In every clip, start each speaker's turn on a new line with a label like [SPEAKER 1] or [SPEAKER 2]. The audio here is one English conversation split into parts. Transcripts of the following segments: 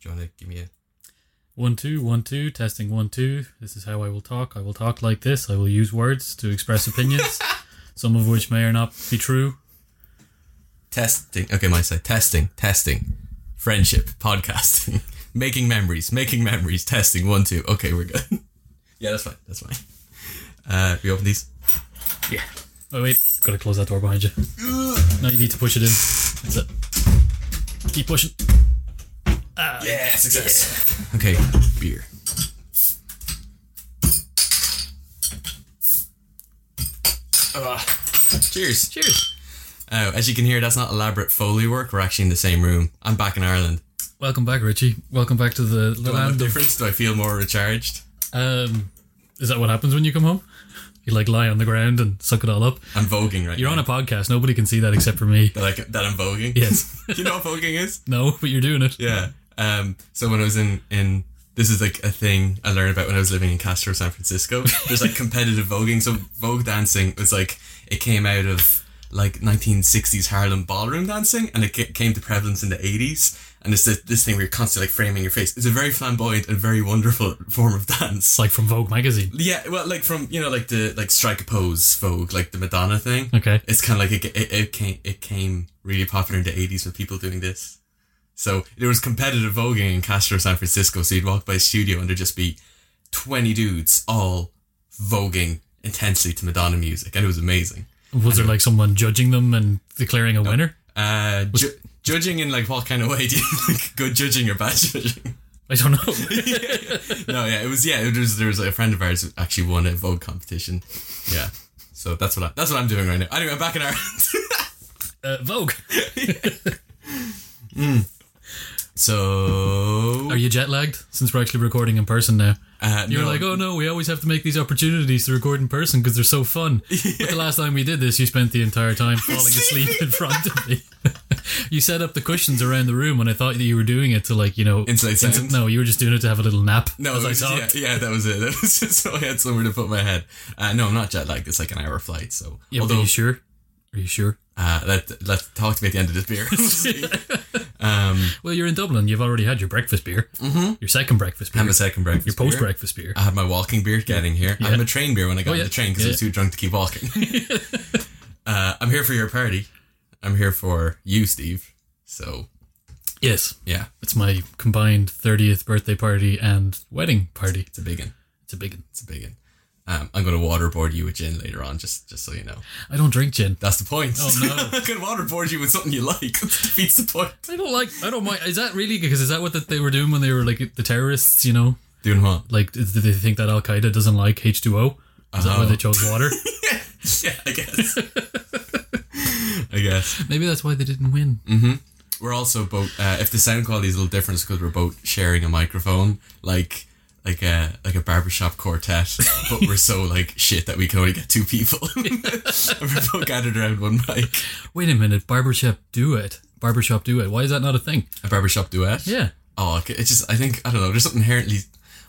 [SPEAKER 1] Do you want to give me a.
[SPEAKER 2] One, two, one, two, testing one, two. This is how I will talk. I will talk like this. I will use words to express opinions, some of which may or not be true.
[SPEAKER 1] Testing. Okay, my side. Testing. Testing. Friendship. Podcasting. making memories. Making memories. Testing. One, two. Okay, we're good. yeah, that's fine. That's fine. Uh, we open these.
[SPEAKER 2] Yeah. Oh, wait. Gotta close that door behind you. No, you need to push it in. That's it. Keep pushing. Ah,
[SPEAKER 1] Yeah, success. Okay, beer. Ah, cheers.
[SPEAKER 2] Cheers.
[SPEAKER 1] Oh, as you can hear, that's not elaborate Foley work. We're actually in the same room. I'm back in Ireland.
[SPEAKER 2] Welcome back, Richie. Welcome back to the
[SPEAKER 1] Do I look
[SPEAKER 2] land of
[SPEAKER 1] different? Do I feel more recharged?
[SPEAKER 2] Um, is that what happens when you come home? You like lie on the ground and suck it all up.
[SPEAKER 1] I'm voguing right
[SPEAKER 2] You're
[SPEAKER 1] now.
[SPEAKER 2] on a podcast. Nobody can see that except for me.
[SPEAKER 1] that, I, c- that I'm voguing?
[SPEAKER 2] Yes.
[SPEAKER 1] Do you know what voguing is?
[SPEAKER 2] No, but you're doing it.
[SPEAKER 1] Yeah. Um, so when I was in, in this is like a thing I learned about when I was living in Castro, San Francisco. There's like competitive voguing. So vogue dancing was like it came out of like 1960s Harlem ballroom dancing, and it ca- came to prevalence in the 80s. And it's this, this thing where you're constantly like framing your face. It's a very flamboyant and very wonderful form of dance.
[SPEAKER 2] It's like from Vogue magazine.
[SPEAKER 1] Yeah, well, like from you know, like the like strike a pose Vogue, like the Madonna thing.
[SPEAKER 2] Okay.
[SPEAKER 1] It's kind of like it, it, it came it came really popular in the eighties with people doing this. So there was competitive voguing in Castro, San Francisco. So you'd walk by a studio and there'd just be twenty dudes all voguing intensely to Madonna music, and it was amazing.
[SPEAKER 2] Was there like someone judging them and declaring a winner?
[SPEAKER 1] Uh, ju- judging in like what kind of way do you like good judging or bad judging?
[SPEAKER 2] I don't know.
[SPEAKER 1] no, yeah, it was yeah. There was, there was a friend of ours who actually won a Vogue competition. Yeah, so that's what I, that's what I'm doing right now. Anyway, I'm back in Ireland.
[SPEAKER 2] uh, Vogue.
[SPEAKER 1] so
[SPEAKER 2] Are you jet lagged? Since we're actually recording in person now,
[SPEAKER 1] uh,
[SPEAKER 2] you're
[SPEAKER 1] no,
[SPEAKER 2] like, oh no, we always have to make these opportunities to record in person because they're so fun. But the last time we did this, you spent the entire time falling asleep in front of me. you set up the cushions around the room, and I thought that you were doing it to like you know
[SPEAKER 1] Insulate
[SPEAKER 2] ins-
[SPEAKER 1] sound?
[SPEAKER 2] No, you were just doing it to have a little nap.
[SPEAKER 1] No,
[SPEAKER 2] as
[SPEAKER 1] it
[SPEAKER 2] I
[SPEAKER 1] was-
[SPEAKER 2] talked.
[SPEAKER 1] yeah, yeah, that was it. That was just so I had somewhere to put my head. Uh, no, I'm not jet lagged. It's like an hour flight. So
[SPEAKER 2] Yeah, but
[SPEAKER 1] although
[SPEAKER 2] are you sure? Are you sure?
[SPEAKER 1] uh, let let talk to me at the end of this beer. We'll see. um,
[SPEAKER 2] Well, you're in Dublin. You've already had your breakfast beer. Mm-hmm. Your second breakfast beer.
[SPEAKER 1] I'm a second breakfast.
[SPEAKER 2] your
[SPEAKER 1] beer.
[SPEAKER 2] post breakfast beer.
[SPEAKER 1] I had my walking beer getting here. I had my train beer when I got on
[SPEAKER 2] yeah.
[SPEAKER 1] the train because I was
[SPEAKER 2] Yeah.
[SPEAKER 1] too drunk to keep walking. uh, I'm here for your party. I'm here for you, Steve. So
[SPEAKER 2] Yes,
[SPEAKER 1] yeah,
[SPEAKER 2] it's my combined thirtieth birthday party and wedding party.
[SPEAKER 1] it's a big one.
[SPEAKER 2] It's a big one.
[SPEAKER 1] It's a big one. Um, I'm going to waterboard you with gin later on, just just so you know.
[SPEAKER 2] I don't drink gin.
[SPEAKER 1] That's the point.
[SPEAKER 2] Oh, no.
[SPEAKER 1] I can waterboard you with something you like. That defeats the point.
[SPEAKER 2] I don't like. I don't mind. Is that really because is that what that they were doing when they were like the terrorists? You know,
[SPEAKER 1] Doing what?
[SPEAKER 2] like did they think that Al Qaeda doesn't like H two O? Is that why
[SPEAKER 1] Oh.
[SPEAKER 2] they chose water?
[SPEAKER 1] yeah, I guess. I guess.
[SPEAKER 2] Maybe that's why they didn't win.
[SPEAKER 1] We're also both. Uh, if the sound quality is a little different, it's because we're both sharing a microphone, like like a like a barbershop quartet. but we're so like shit that we can only get two people, and we're both gathered around one mic.
[SPEAKER 2] Wait a minute, barbershop duet. Barbershop duet. Why is that not a thing?
[SPEAKER 1] A barbershop duet.
[SPEAKER 2] Yeah.
[SPEAKER 1] Oh, okay. it's just I think I don't know. There's something inherently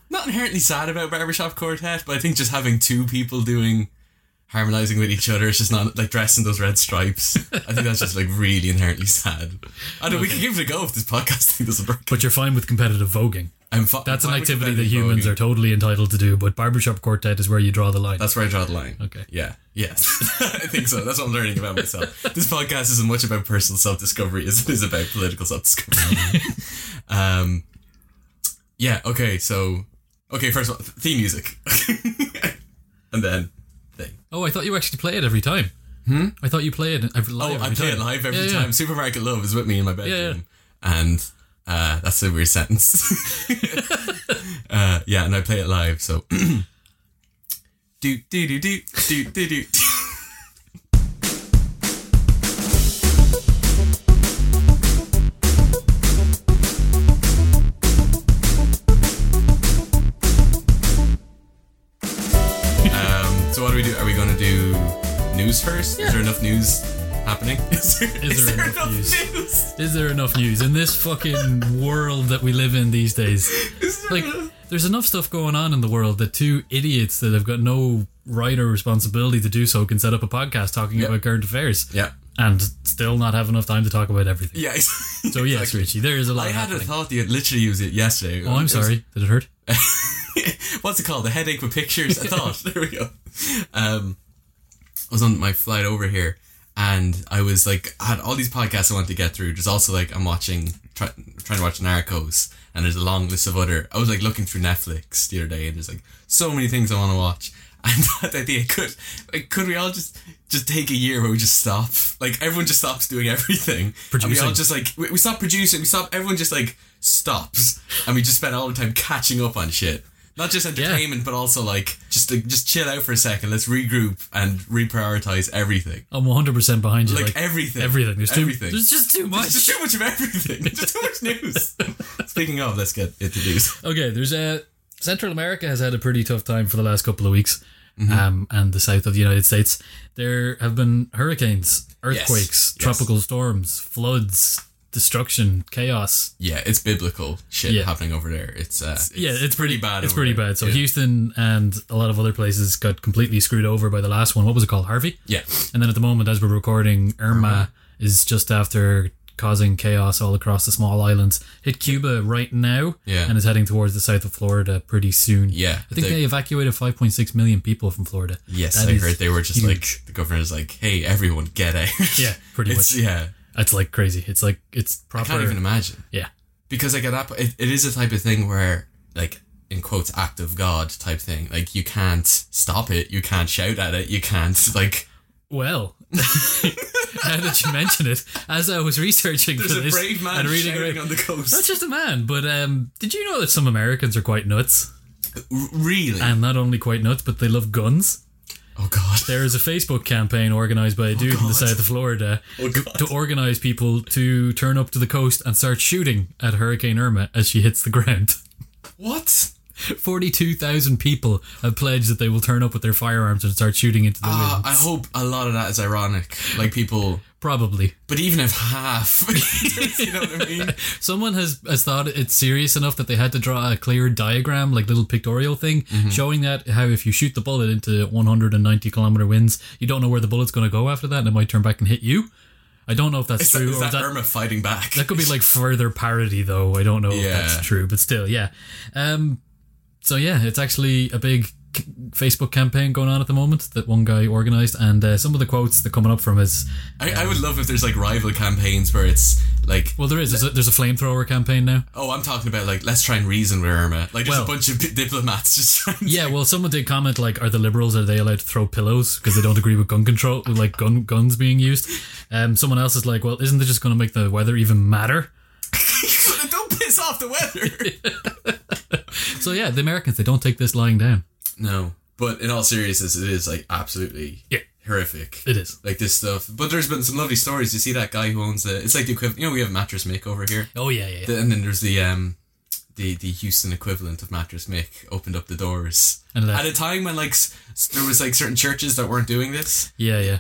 [SPEAKER 1] not inherently sad about barbershop quartet, but I think just having two people doing harmonizing with each other, it's just not like dressing those red stripes. I think that's just like really inherently sad. I don't. know, We can give it a go if this podcast thing doesn't work.
[SPEAKER 2] But you're fine with competitive voguing.
[SPEAKER 1] I'm fi-
[SPEAKER 2] That's an
[SPEAKER 1] fine with
[SPEAKER 2] activity that
[SPEAKER 1] competitive
[SPEAKER 2] humans
[SPEAKER 1] voguing.
[SPEAKER 2] are totally entitled to do, but barbershop quartet is where you draw the line.
[SPEAKER 1] That's where I draw the line.
[SPEAKER 2] Okay.
[SPEAKER 1] Yeah. Yes. I think so. That's what I'm learning about myself. This podcast isn't much about personal self discovery as it is about political self discovery. um, yeah. Okay. So, okay. First of all, th- theme music, and then thing.
[SPEAKER 2] oh, I thought you actually play it every time. Hmm? I thought you play it every
[SPEAKER 1] Oh,
[SPEAKER 2] live
[SPEAKER 1] I
[SPEAKER 2] every
[SPEAKER 1] play
[SPEAKER 2] time.
[SPEAKER 1] it live every
[SPEAKER 2] Yeah, yeah.
[SPEAKER 1] time. Supermarket Love is with me in my bedroom, and uh, that's a weird sentence. uh, yeah, and I play it live. So, do do do do do do Um, do. Um, So what do we do? Are we going to do news first? Is there enough news happening? Is there,
[SPEAKER 2] Is there enough news? Is there enough news in this fucking world that we live in these days? Like, there's enough stuff going on in the world that two idiots that have got no right or responsibility to do so can set up a podcast talking about current affairs.
[SPEAKER 1] Yeah.
[SPEAKER 2] and still not have enough time to talk about everything.
[SPEAKER 1] Yeah. ex-
[SPEAKER 2] So yes,
[SPEAKER 1] exactly.
[SPEAKER 2] Richie, there is a lot
[SPEAKER 1] I had a
[SPEAKER 2] happening.
[SPEAKER 1] thought you had literally used it yesterday.
[SPEAKER 2] oh,
[SPEAKER 1] It
[SPEAKER 2] I'm
[SPEAKER 1] was-
[SPEAKER 2] sorry. Did it hurt?
[SPEAKER 1] What's it called? The headache with pictures. I thought. there we go. Um, I was on my flight over here, and I was like, I had all these podcasts I wanted to get through. There's also like I'm watching, try, trying to watch Narcos, and there's a long list of other. I was like looking through Netflix the other day, and there's like so many things I want to watch. And that idea could, like, could we all just just take a year where we just stop? Like everyone just stops doing everything, and we all
[SPEAKER 2] Producing.
[SPEAKER 1] just like we, we stop producing, we stop. Everyone just like stops, and we just spend all the time catching up on shit. Not just entertainment, but also like just like, just chill out for a second. Let's regroup and reprioritize everything.
[SPEAKER 2] I'm 100 percent behind you.
[SPEAKER 1] Like,
[SPEAKER 2] Like,
[SPEAKER 1] everything,
[SPEAKER 2] everything. There's too.
[SPEAKER 1] everything.
[SPEAKER 2] There's just too much.
[SPEAKER 1] There's too much of everything. There's too much news. Speaking of, let's get into news.
[SPEAKER 2] Okay, there's a Central America has had a pretty tough time for the last couple of weeks,
[SPEAKER 1] Mm-hmm.
[SPEAKER 2] um, and the south of the United States. There have been hurricanes, earthquakes,
[SPEAKER 1] yes.
[SPEAKER 2] tropical storms, floods, destruction, chaos.
[SPEAKER 1] Yeah, it's biblical shit
[SPEAKER 2] Yeah.
[SPEAKER 1] happening over there. It's, uh, it's
[SPEAKER 2] yeah, it's pretty
[SPEAKER 1] bad.
[SPEAKER 2] It's
[SPEAKER 1] over
[SPEAKER 2] pretty
[SPEAKER 1] there.
[SPEAKER 2] bad. So
[SPEAKER 1] yeah.
[SPEAKER 2] Houston and a lot of other places got completely screwed over by the last one. What was it called, Harvey?
[SPEAKER 1] yeah,
[SPEAKER 2] And then at the moment, as we're recording,
[SPEAKER 1] Uh-huh.
[SPEAKER 2] Irma is just after causing chaos all across the small islands. Hit Cuba right now,
[SPEAKER 1] Yeah.
[SPEAKER 2] and is heading towards the south of Florida pretty soon.
[SPEAKER 1] Yeah,
[SPEAKER 2] I think
[SPEAKER 1] they-
[SPEAKER 2] they evacuated 5.6 million people from Florida.
[SPEAKER 1] yes,
[SPEAKER 2] That
[SPEAKER 1] I
[SPEAKER 2] is
[SPEAKER 1] heard they were just
[SPEAKER 2] huge.
[SPEAKER 1] like the governor's like, hey, everyone, get out.
[SPEAKER 2] Yeah, pretty
[SPEAKER 1] it's
[SPEAKER 2] much.
[SPEAKER 1] yeah.
[SPEAKER 2] It's like crazy. It's like it's
[SPEAKER 1] I
[SPEAKER 2] proper.
[SPEAKER 1] can't even imagine.
[SPEAKER 2] yeah,
[SPEAKER 1] because like at that point, it, it is a type of thing where like in quotes act of god type thing like you can't stop it you can't shout at it you can't like
[SPEAKER 2] Well, now that you mention it, as I was researching for this and reading, around-
[SPEAKER 1] the
[SPEAKER 2] not
[SPEAKER 1] coast
[SPEAKER 2] just a man, but um, did you know that some Americans are quite nuts,
[SPEAKER 1] really
[SPEAKER 2] and not only quite nuts, but they love guns.
[SPEAKER 1] oh god
[SPEAKER 2] There is a Facebook campaign organized by a dude in the
[SPEAKER 1] Oh God.
[SPEAKER 2] south of Florida
[SPEAKER 1] oh god
[SPEAKER 2] to organize people to turn up to the coast and start shooting at Hurricane Irma as she hits the ground.
[SPEAKER 1] what
[SPEAKER 2] 42,000 people have pledged that they will turn up with their firearms and start shooting into the
[SPEAKER 1] uh,
[SPEAKER 2] wind.
[SPEAKER 1] i hope a lot of that is ironic like people
[SPEAKER 2] Probably.
[SPEAKER 1] but even if half you know what i mean
[SPEAKER 2] Someone has, has thought it's serious enough that they had to draw a clear diagram, like little pictorial thing,
[SPEAKER 1] Mm-hmm.
[SPEAKER 2] showing that how if you shoot the bullet into 190 kilometer winds, you don't know where the bullet's going to go after that and it might turn back and hit you. I don't know if that's
[SPEAKER 1] is that,
[SPEAKER 2] true.
[SPEAKER 1] is
[SPEAKER 2] or
[SPEAKER 1] that,
[SPEAKER 2] if that-
[SPEAKER 1] irma fighting back
[SPEAKER 2] That could be like further parody, though. I don't know if
[SPEAKER 1] Yeah.
[SPEAKER 2] that's true, but still, yeah. Um, so yeah, it's actually a big c- Facebook campaign going on at the moment that one guy organised, and uh, some of the quotes that coming up from is
[SPEAKER 1] I, I would love if there's like rival campaigns where it's like
[SPEAKER 2] well, there is there's a, there's a flamethrower campaign now.
[SPEAKER 1] oh i'm talking about like let's try and reason with irma like there's
[SPEAKER 2] Well-
[SPEAKER 1] a bunch of diplomats just trying to
[SPEAKER 2] Yeah, well, someone did comment like, "Are the liberals are they allowed to throw pillows because they don't agree with gun control, with, like gun guns being used?" Um, someone else is like, "Well, isn't it just going to make the weather even matter?"
[SPEAKER 1] Don't piss off the weather.
[SPEAKER 2] So yeah, the Americans they don't take this lying down.
[SPEAKER 1] no, but in all seriousness, it is like absolutely
[SPEAKER 2] Yeah.
[SPEAKER 1] horrific.
[SPEAKER 2] It is.
[SPEAKER 1] Like this stuff. But there's been some lovely stories. You see that guy who owns the. It's like the equivalent. You know, we have mattress make over here,
[SPEAKER 2] Oh yeah, yeah, yeah.
[SPEAKER 1] The- and then there's the um. The, the Houston equivalent of mattress make opened up the doors
[SPEAKER 2] And left.
[SPEAKER 1] at a time when like s- s- there was like certain churches that weren't doing this
[SPEAKER 2] yeah, yeah.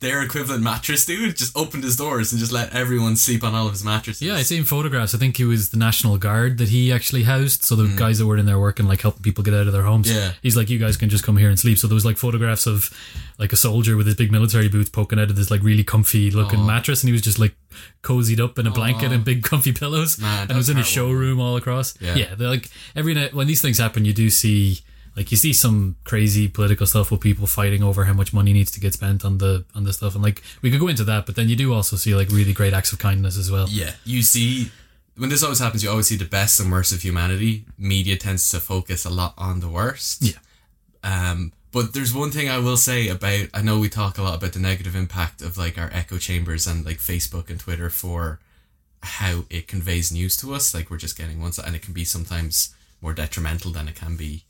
[SPEAKER 1] their equivalent mattress dude just opened his doors and just let everyone sleep on all of his mattresses
[SPEAKER 2] Yeah, I seen photographs. I think he was the National Guard that he actually housed. So the guys that were in there working, like helping people get out of their homes.
[SPEAKER 1] Mm. Yeah.
[SPEAKER 2] He's like, you guys can just come here and sleep. So there was like photographs of like a soldier with his big military boots poking out of this like really comfy looking mattress, and he was just like cozied up in a blanket and big comfy pillows.
[SPEAKER 1] Man,
[SPEAKER 2] and it was in a
[SPEAKER 1] that's heartwarming.
[SPEAKER 2] showroom all across.
[SPEAKER 1] Yeah.
[SPEAKER 2] yeah they're like every night when these things happen, you do see. Like you see some crazy political stuff with people fighting over how much money needs to get spent on the on the stuff, and like we could go into that, but then you do also see like really great acts of kindness as well.
[SPEAKER 1] Yeah, you see, when this always happens, you always see the best and worst of humanity. Media tends to focus a lot on the worst.
[SPEAKER 2] Yeah.
[SPEAKER 1] Um, but there's one thing I will say about. I know we talk a lot about the negative impact of like our echo chambers and like Facebook and Twitter for how it conveys news to us. Like we're just getting one side, and it can be sometimes more detrimental than it can be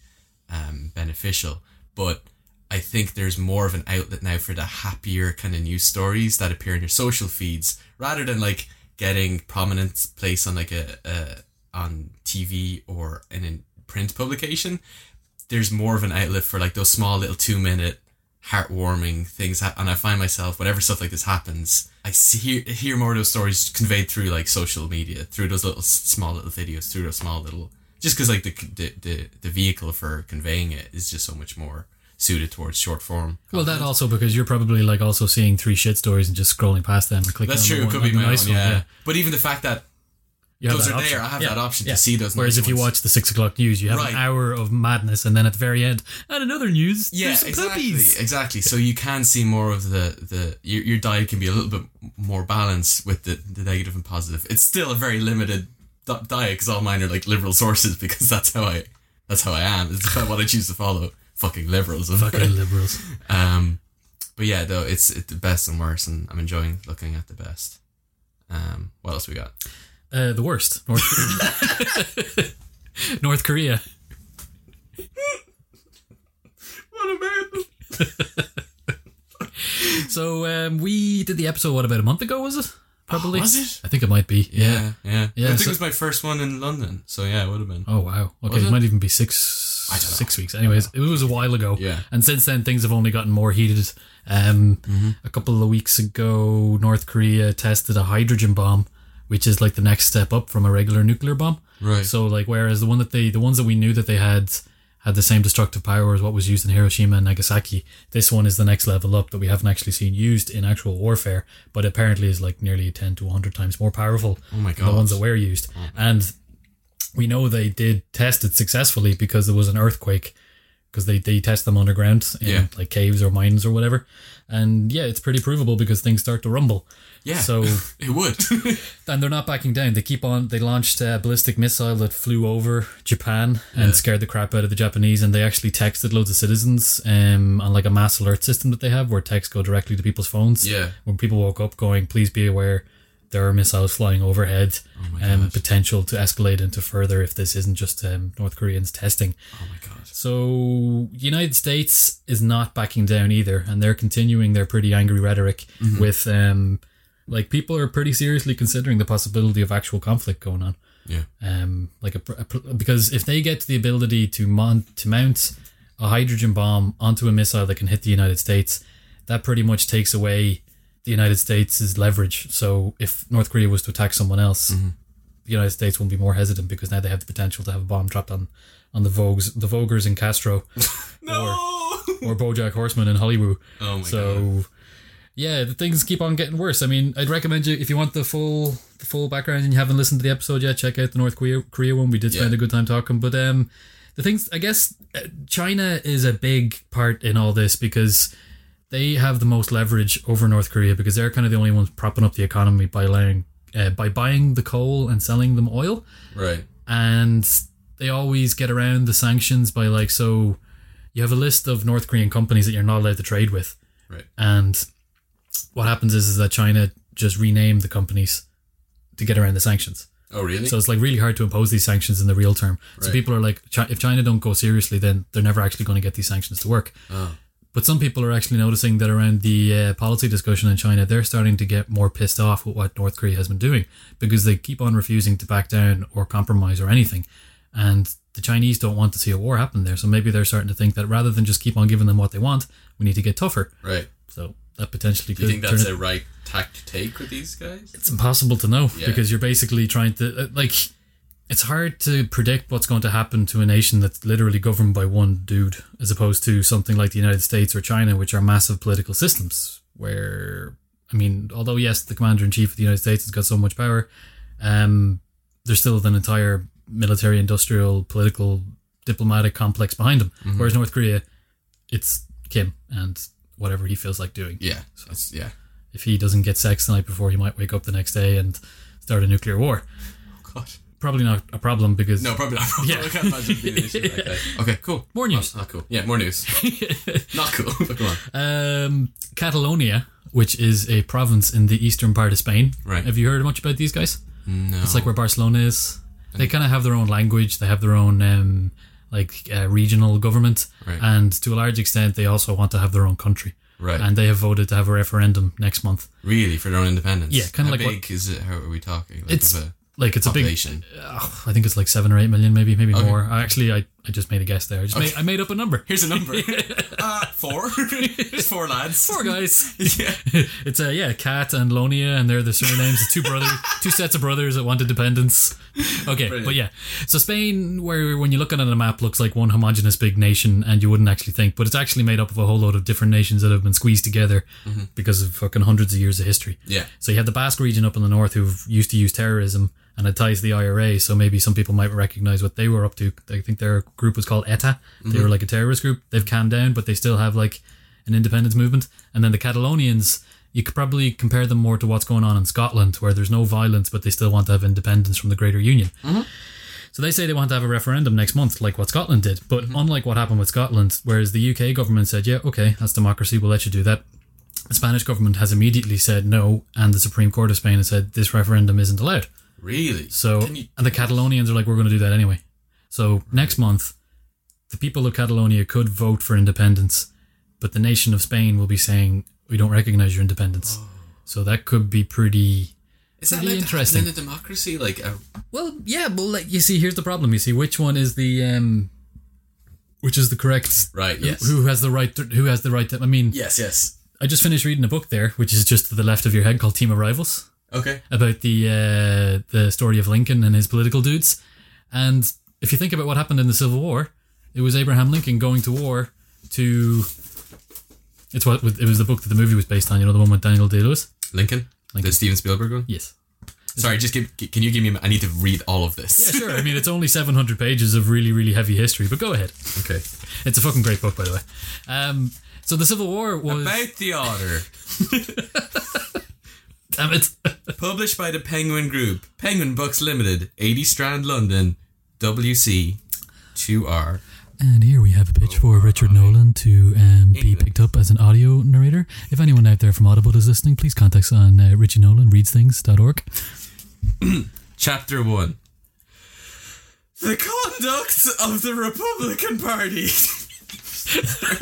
[SPEAKER 1] um, beneficial. But I think there's more of an outlet now for the happier kind of news stories that appear in your social feeds rather than like getting prominent place on like a, a on TV or in a print publication. There's more of an outlet for like those small little two minute heartwarming things ha- and I find myself whenever stuff like this happens I see, hear, hear more of those stories conveyed through like social media through those little s- small little videos through those small little just because like the, the the the vehicle for conveying it is just so much more suited towards short form.
[SPEAKER 2] Well, that also because you're probably like also seeing three shit stories and just scrolling past them and clicking.
[SPEAKER 1] That's
[SPEAKER 2] on the
[SPEAKER 1] true. It
[SPEAKER 2] one-
[SPEAKER 1] could
[SPEAKER 2] on
[SPEAKER 1] be
[SPEAKER 2] the
[SPEAKER 1] my
[SPEAKER 2] nice
[SPEAKER 1] own,
[SPEAKER 2] one,
[SPEAKER 1] yeah. But even the fact that
[SPEAKER 2] You have
[SPEAKER 1] those
[SPEAKER 2] that
[SPEAKER 1] are
[SPEAKER 2] option.
[SPEAKER 1] there, I have
[SPEAKER 2] Yeah.
[SPEAKER 1] that option
[SPEAKER 2] Yeah.
[SPEAKER 1] to see those.
[SPEAKER 2] Whereas
[SPEAKER 1] nice
[SPEAKER 2] if you
[SPEAKER 1] ones.
[SPEAKER 2] watch the six o'clock news, you have
[SPEAKER 1] Right.
[SPEAKER 2] an hour of madness, and then at the very end, and another news.
[SPEAKER 1] yeah,
[SPEAKER 2] there's some
[SPEAKER 1] exactly,
[SPEAKER 2] puppies.
[SPEAKER 1] exactly. So you can see more of the the your, your diet can be a little bit more balanced with the, the negative and positive. It's still a very limited di- diet because all mine are like liberal sources because that's how I that's how I am. It's about what I choose to follow. Fucking liberals.
[SPEAKER 2] Fucking liberals.
[SPEAKER 1] Um, but yeah, though it's it's the best and worst, and I'm enjoying looking at the best. Um, what else we got?
[SPEAKER 2] Uh, the worst. North Korea. North Korea.
[SPEAKER 1] What about
[SPEAKER 2] So um, we did the episode. What about a month ago? Was it? Probably.
[SPEAKER 1] was it?
[SPEAKER 2] I think it might be. Yeah.
[SPEAKER 1] Yeah, yeah,
[SPEAKER 2] Yeah,
[SPEAKER 1] I think
[SPEAKER 2] so-
[SPEAKER 1] it was my first one in London, so yeah, it would have been.
[SPEAKER 2] Oh wow. Okay,
[SPEAKER 1] Was
[SPEAKER 2] it?
[SPEAKER 1] it?
[SPEAKER 2] might even be six
[SPEAKER 1] I don't know.
[SPEAKER 2] six weeks. Anyways, it was a while ago.
[SPEAKER 1] Yeah.
[SPEAKER 2] And since then, things have only gotten more heated. Um, a couple of weeks ago, North Korea tested a hydrogen bomb, which is like the next step up from a regular nuclear bomb.
[SPEAKER 1] Right.
[SPEAKER 2] So like, whereas the one that they, the ones that we knew that they had had the same destructive power as what was used in Hiroshima and Nagasaki. This one is the next level up that we haven't actually seen used in actual warfare, but apparently is like nearly ten to hundred times more powerful
[SPEAKER 1] oh my
[SPEAKER 2] the
[SPEAKER 1] god. Mm-hmm.
[SPEAKER 2] ones that were used. And we know they did test it successfully because there was an earthquake because they, they test them underground in
[SPEAKER 1] Yeah.
[SPEAKER 2] like caves or mines or whatever. And yeah, it's pretty provable because things start to rumble.
[SPEAKER 1] yeah.
[SPEAKER 2] So
[SPEAKER 1] it would.
[SPEAKER 2] and they're not backing down. They keep on. They launched a ballistic missile that flew over Japan
[SPEAKER 1] Yeah.
[SPEAKER 2] and scared the crap out of the Japanese. And they actually texted loads of citizens um, on like a mass alert system that they have, where texts go directly to people's phones.
[SPEAKER 1] Yeah.
[SPEAKER 2] When people woke up, going, "Please be aware, there are missiles flying overhead,
[SPEAKER 1] Oh
[SPEAKER 2] and Um, potential to escalate into further if this isn't just um, North Koreans testing."
[SPEAKER 1] oh my god.
[SPEAKER 2] So United States is not backing down either, and they're continuing their pretty angry rhetoric with um, like people are pretty seriously considering the possibility of actual conflict going on.
[SPEAKER 1] Yeah.
[SPEAKER 2] Um, like a, pr- a pr- because if they get the ability to mount to mount a hydrogen bomb onto a missile that can hit the United States, that pretty much takes away the United States' leverage. So if North Korea was to attack someone else, the United States will be more hesitant because now they have the potential to have a bomb dropped on on the Vogues, the Vogers in Castro,
[SPEAKER 1] No.
[SPEAKER 2] or BoJack Horseman in Hollywood.
[SPEAKER 1] Oh my god.
[SPEAKER 2] So, yeah, the things keep on getting worse. I mean, I'd recommend you if you want the full the full background and you haven't listened to the episode yet, check out the North Korea Korea one. We did spend
[SPEAKER 1] Yeah.
[SPEAKER 2] a good time talking, but um, the things I guess uh, China is a big part in all this because they have the most leverage over North Korea because they're kind of the only ones propping up the economy by allowing uh, by buying the coal and selling them oil
[SPEAKER 1] Right.
[SPEAKER 2] and they always get around the sanctions by like so you have a list of North Korean companies that you're not allowed to trade with.
[SPEAKER 1] Right.
[SPEAKER 2] And what happens is, is that China just renamed the companies to get around the sanctions.
[SPEAKER 1] Oh really?
[SPEAKER 2] So it's like really hard to impose these sanctions in the real term. So
[SPEAKER 1] Right.
[SPEAKER 2] people are like, "Chi- if China don't go seriously, then they're never actually going to get these sanctions to work.
[SPEAKER 1] Oh.
[SPEAKER 2] But some people are actually noticing that around the uh, policy discussion in China, they're starting to get more pissed off with what North Korea has been doing because they keep on refusing to back down or compromise or anything. And the Chinese don't want to see a war happen there. So maybe they're starting to think that rather than just keep on giving them what they want, we need to get tougher.
[SPEAKER 1] right.
[SPEAKER 2] So that potentially
[SPEAKER 1] Do you
[SPEAKER 2] could
[SPEAKER 1] think
[SPEAKER 2] turn
[SPEAKER 1] that's
[SPEAKER 2] it-
[SPEAKER 1] a right tack to take with these guys?
[SPEAKER 2] it's impossible to know
[SPEAKER 1] Yeah.
[SPEAKER 2] because you're basically trying to uh, like it's hard to predict what's going to happen to a nation that's literally governed by one dude as opposed to something like the United States or China which are massive political systems where I mean although yes the commander in chief of the United States has got so much power um there's still an entire military industrial political diplomatic complex behind him whereas North Korea it's Kim and whatever he feels like doing
[SPEAKER 1] Yeah. It's- yeah.
[SPEAKER 2] if he doesn't get sex the night before, he might wake up the next day and start a nuclear war.
[SPEAKER 1] Oh god.
[SPEAKER 2] Probably not a problem because
[SPEAKER 1] No, probably not. Probably.
[SPEAKER 2] Yeah.
[SPEAKER 1] I can't imagine being an issue like that. Okay. Cool.
[SPEAKER 2] More news.
[SPEAKER 1] Not, not cool. Yeah. More news. not cool. But come on.
[SPEAKER 2] um, Catalonia, which is a province in the eastern part of Spain.
[SPEAKER 1] Right.
[SPEAKER 2] Have you heard much about these guys?
[SPEAKER 1] No.
[SPEAKER 2] It's like where Barcelona is. They kind of have their own language. They have their own um, like uh, regional government,
[SPEAKER 1] Right.
[SPEAKER 2] and to a large extent, they also want to have their own country.
[SPEAKER 1] Right.
[SPEAKER 2] And they have voted to have a referendum next month.
[SPEAKER 1] really for their own independence.
[SPEAKER 2] Yeah, kinda
[SPEAKER 1] How
[SPEAKER 2] like what-
[SPEAKER 1] big is it? How are we talking? Like
[SPEAKER 2] It's
[SPEAKER 1] of a
[SPEAKER 2] Like it's a big uh,
[SPEAKER 1] population.
[SPEAKER 2] oh, I think it's like seven or eight million, maybe, maybe more. I Actually, I, I just made a guess there. I just made, I made up a number.
[SPEAKER 1] Here's a number. uh, four. There's four lads.
[SPEAKER 2] Four guys.
[SPEAKER 1] Yeah.
[SPEAKER 2] it's uh, yeah, Kat and Lonia, and they're the surnames of two brother, two sets of brothers that wanted dependents. Okay, but yeah, so Spain, where when you look at it on a map, looks like one homogenous big nation, and you wouldn't actually think, but it's actually made up of a whole load of different nations that have been squeezed together because of fucking hundreds of years of history.
[SPEAKER 1] Yeah.
[SPEAKER 2] So you have the Basque region up in the north who used to use terrorism and it ties to the IRA. So maybe some people might recognize what they were up to. I think their group was called ETA. They were like a terrorist group. They've calmed down, but they still have like an independence movement. And then the Catalonians, you could probably compare them more to what's going on in Scotland, where there's no violence, but they still want to have independence from the greater union. So they say they want to have a referendum next month, like what Scotland did. But unlike what happened with Scotland, whereas the UK government said, yeah, okay, that's democracy, we'll let you do that. The Spanish government has immediately said no, and the Supreme Court of Spain has said this referendum isn't allowed.
[SPEAKER 1] Really?
[SPEAKER 2] So,
[SPEAKER 1] Can you-
[SPEAKER 2] and the Catalonians are like, we're going to do that anyway. So next month, the people of Catalonia could vote for independence, but the nation of Spain will be saying we don't recognize your independence. So that could be pretty.
[SPEAKER 1] Is that
[SPEAKER 2] Pretty
[SPEAKER 1] like
[SPEAKER 2] interesting.
[SPEAKER 1] in a democracy? Like, uh,
[SPEAKER 2] Well, yeah, well, like, you see, here's the problem. You see, which one is the um, which is the correct
[SPEAKER 1] right? Yes.
[SPEAKER 2] Who has the right? To, who has the right? To, I mean,
[SPEAKER 1] Yes. Yes.
[SPEAKER 2] I just finished reading a book there, which is just to the left of your head, called Team of Rivals.
[SPEAKER 1] Okay.
[SPEAKER 2] about the uh, the story of Lincoln and his political dudes. And if you think about what happened in the Civil War, it was Abraham Lincoln going to war to. It's what it was the book that the movie was based on. You know the one with Daniel Day Lewis.
[SPEAKER 1] Lincoln. Lincoln. The Steven Spielberg one.
[SPEAKER 2] Yes.
[SPEAKER 1] Sorry, just give. g- Can you give me? I need to read all of
[SPEAKER 2] Yeah,
[SPEAKER 1] this.
[SPEAKER 2] sure. I mean, it's only seven hundred pages of really, really heavy history. But go ahead.
[SPEAKER 1] Okay.
[SPEAKER 2] It's a fucking great book, by the way. Um, so the Civil War was.
[SPEAKER 1] About the Otter,
[SPEAKER 2] Damn it.
[SPEAKER 1] published by the Penguin Group, Penguin Books Limited, 80 Strand, London, WC 2R.
[SPEAKER 2] And here we have a pitch for Richard Nolan to um, be picked up as an audio narrator. If anyone out there from Audible is listening, please contact us on uh, Richie Nolan readsthings.org.
[SPEAKER 1] Chapter 1 The Conduct of the Republican Party.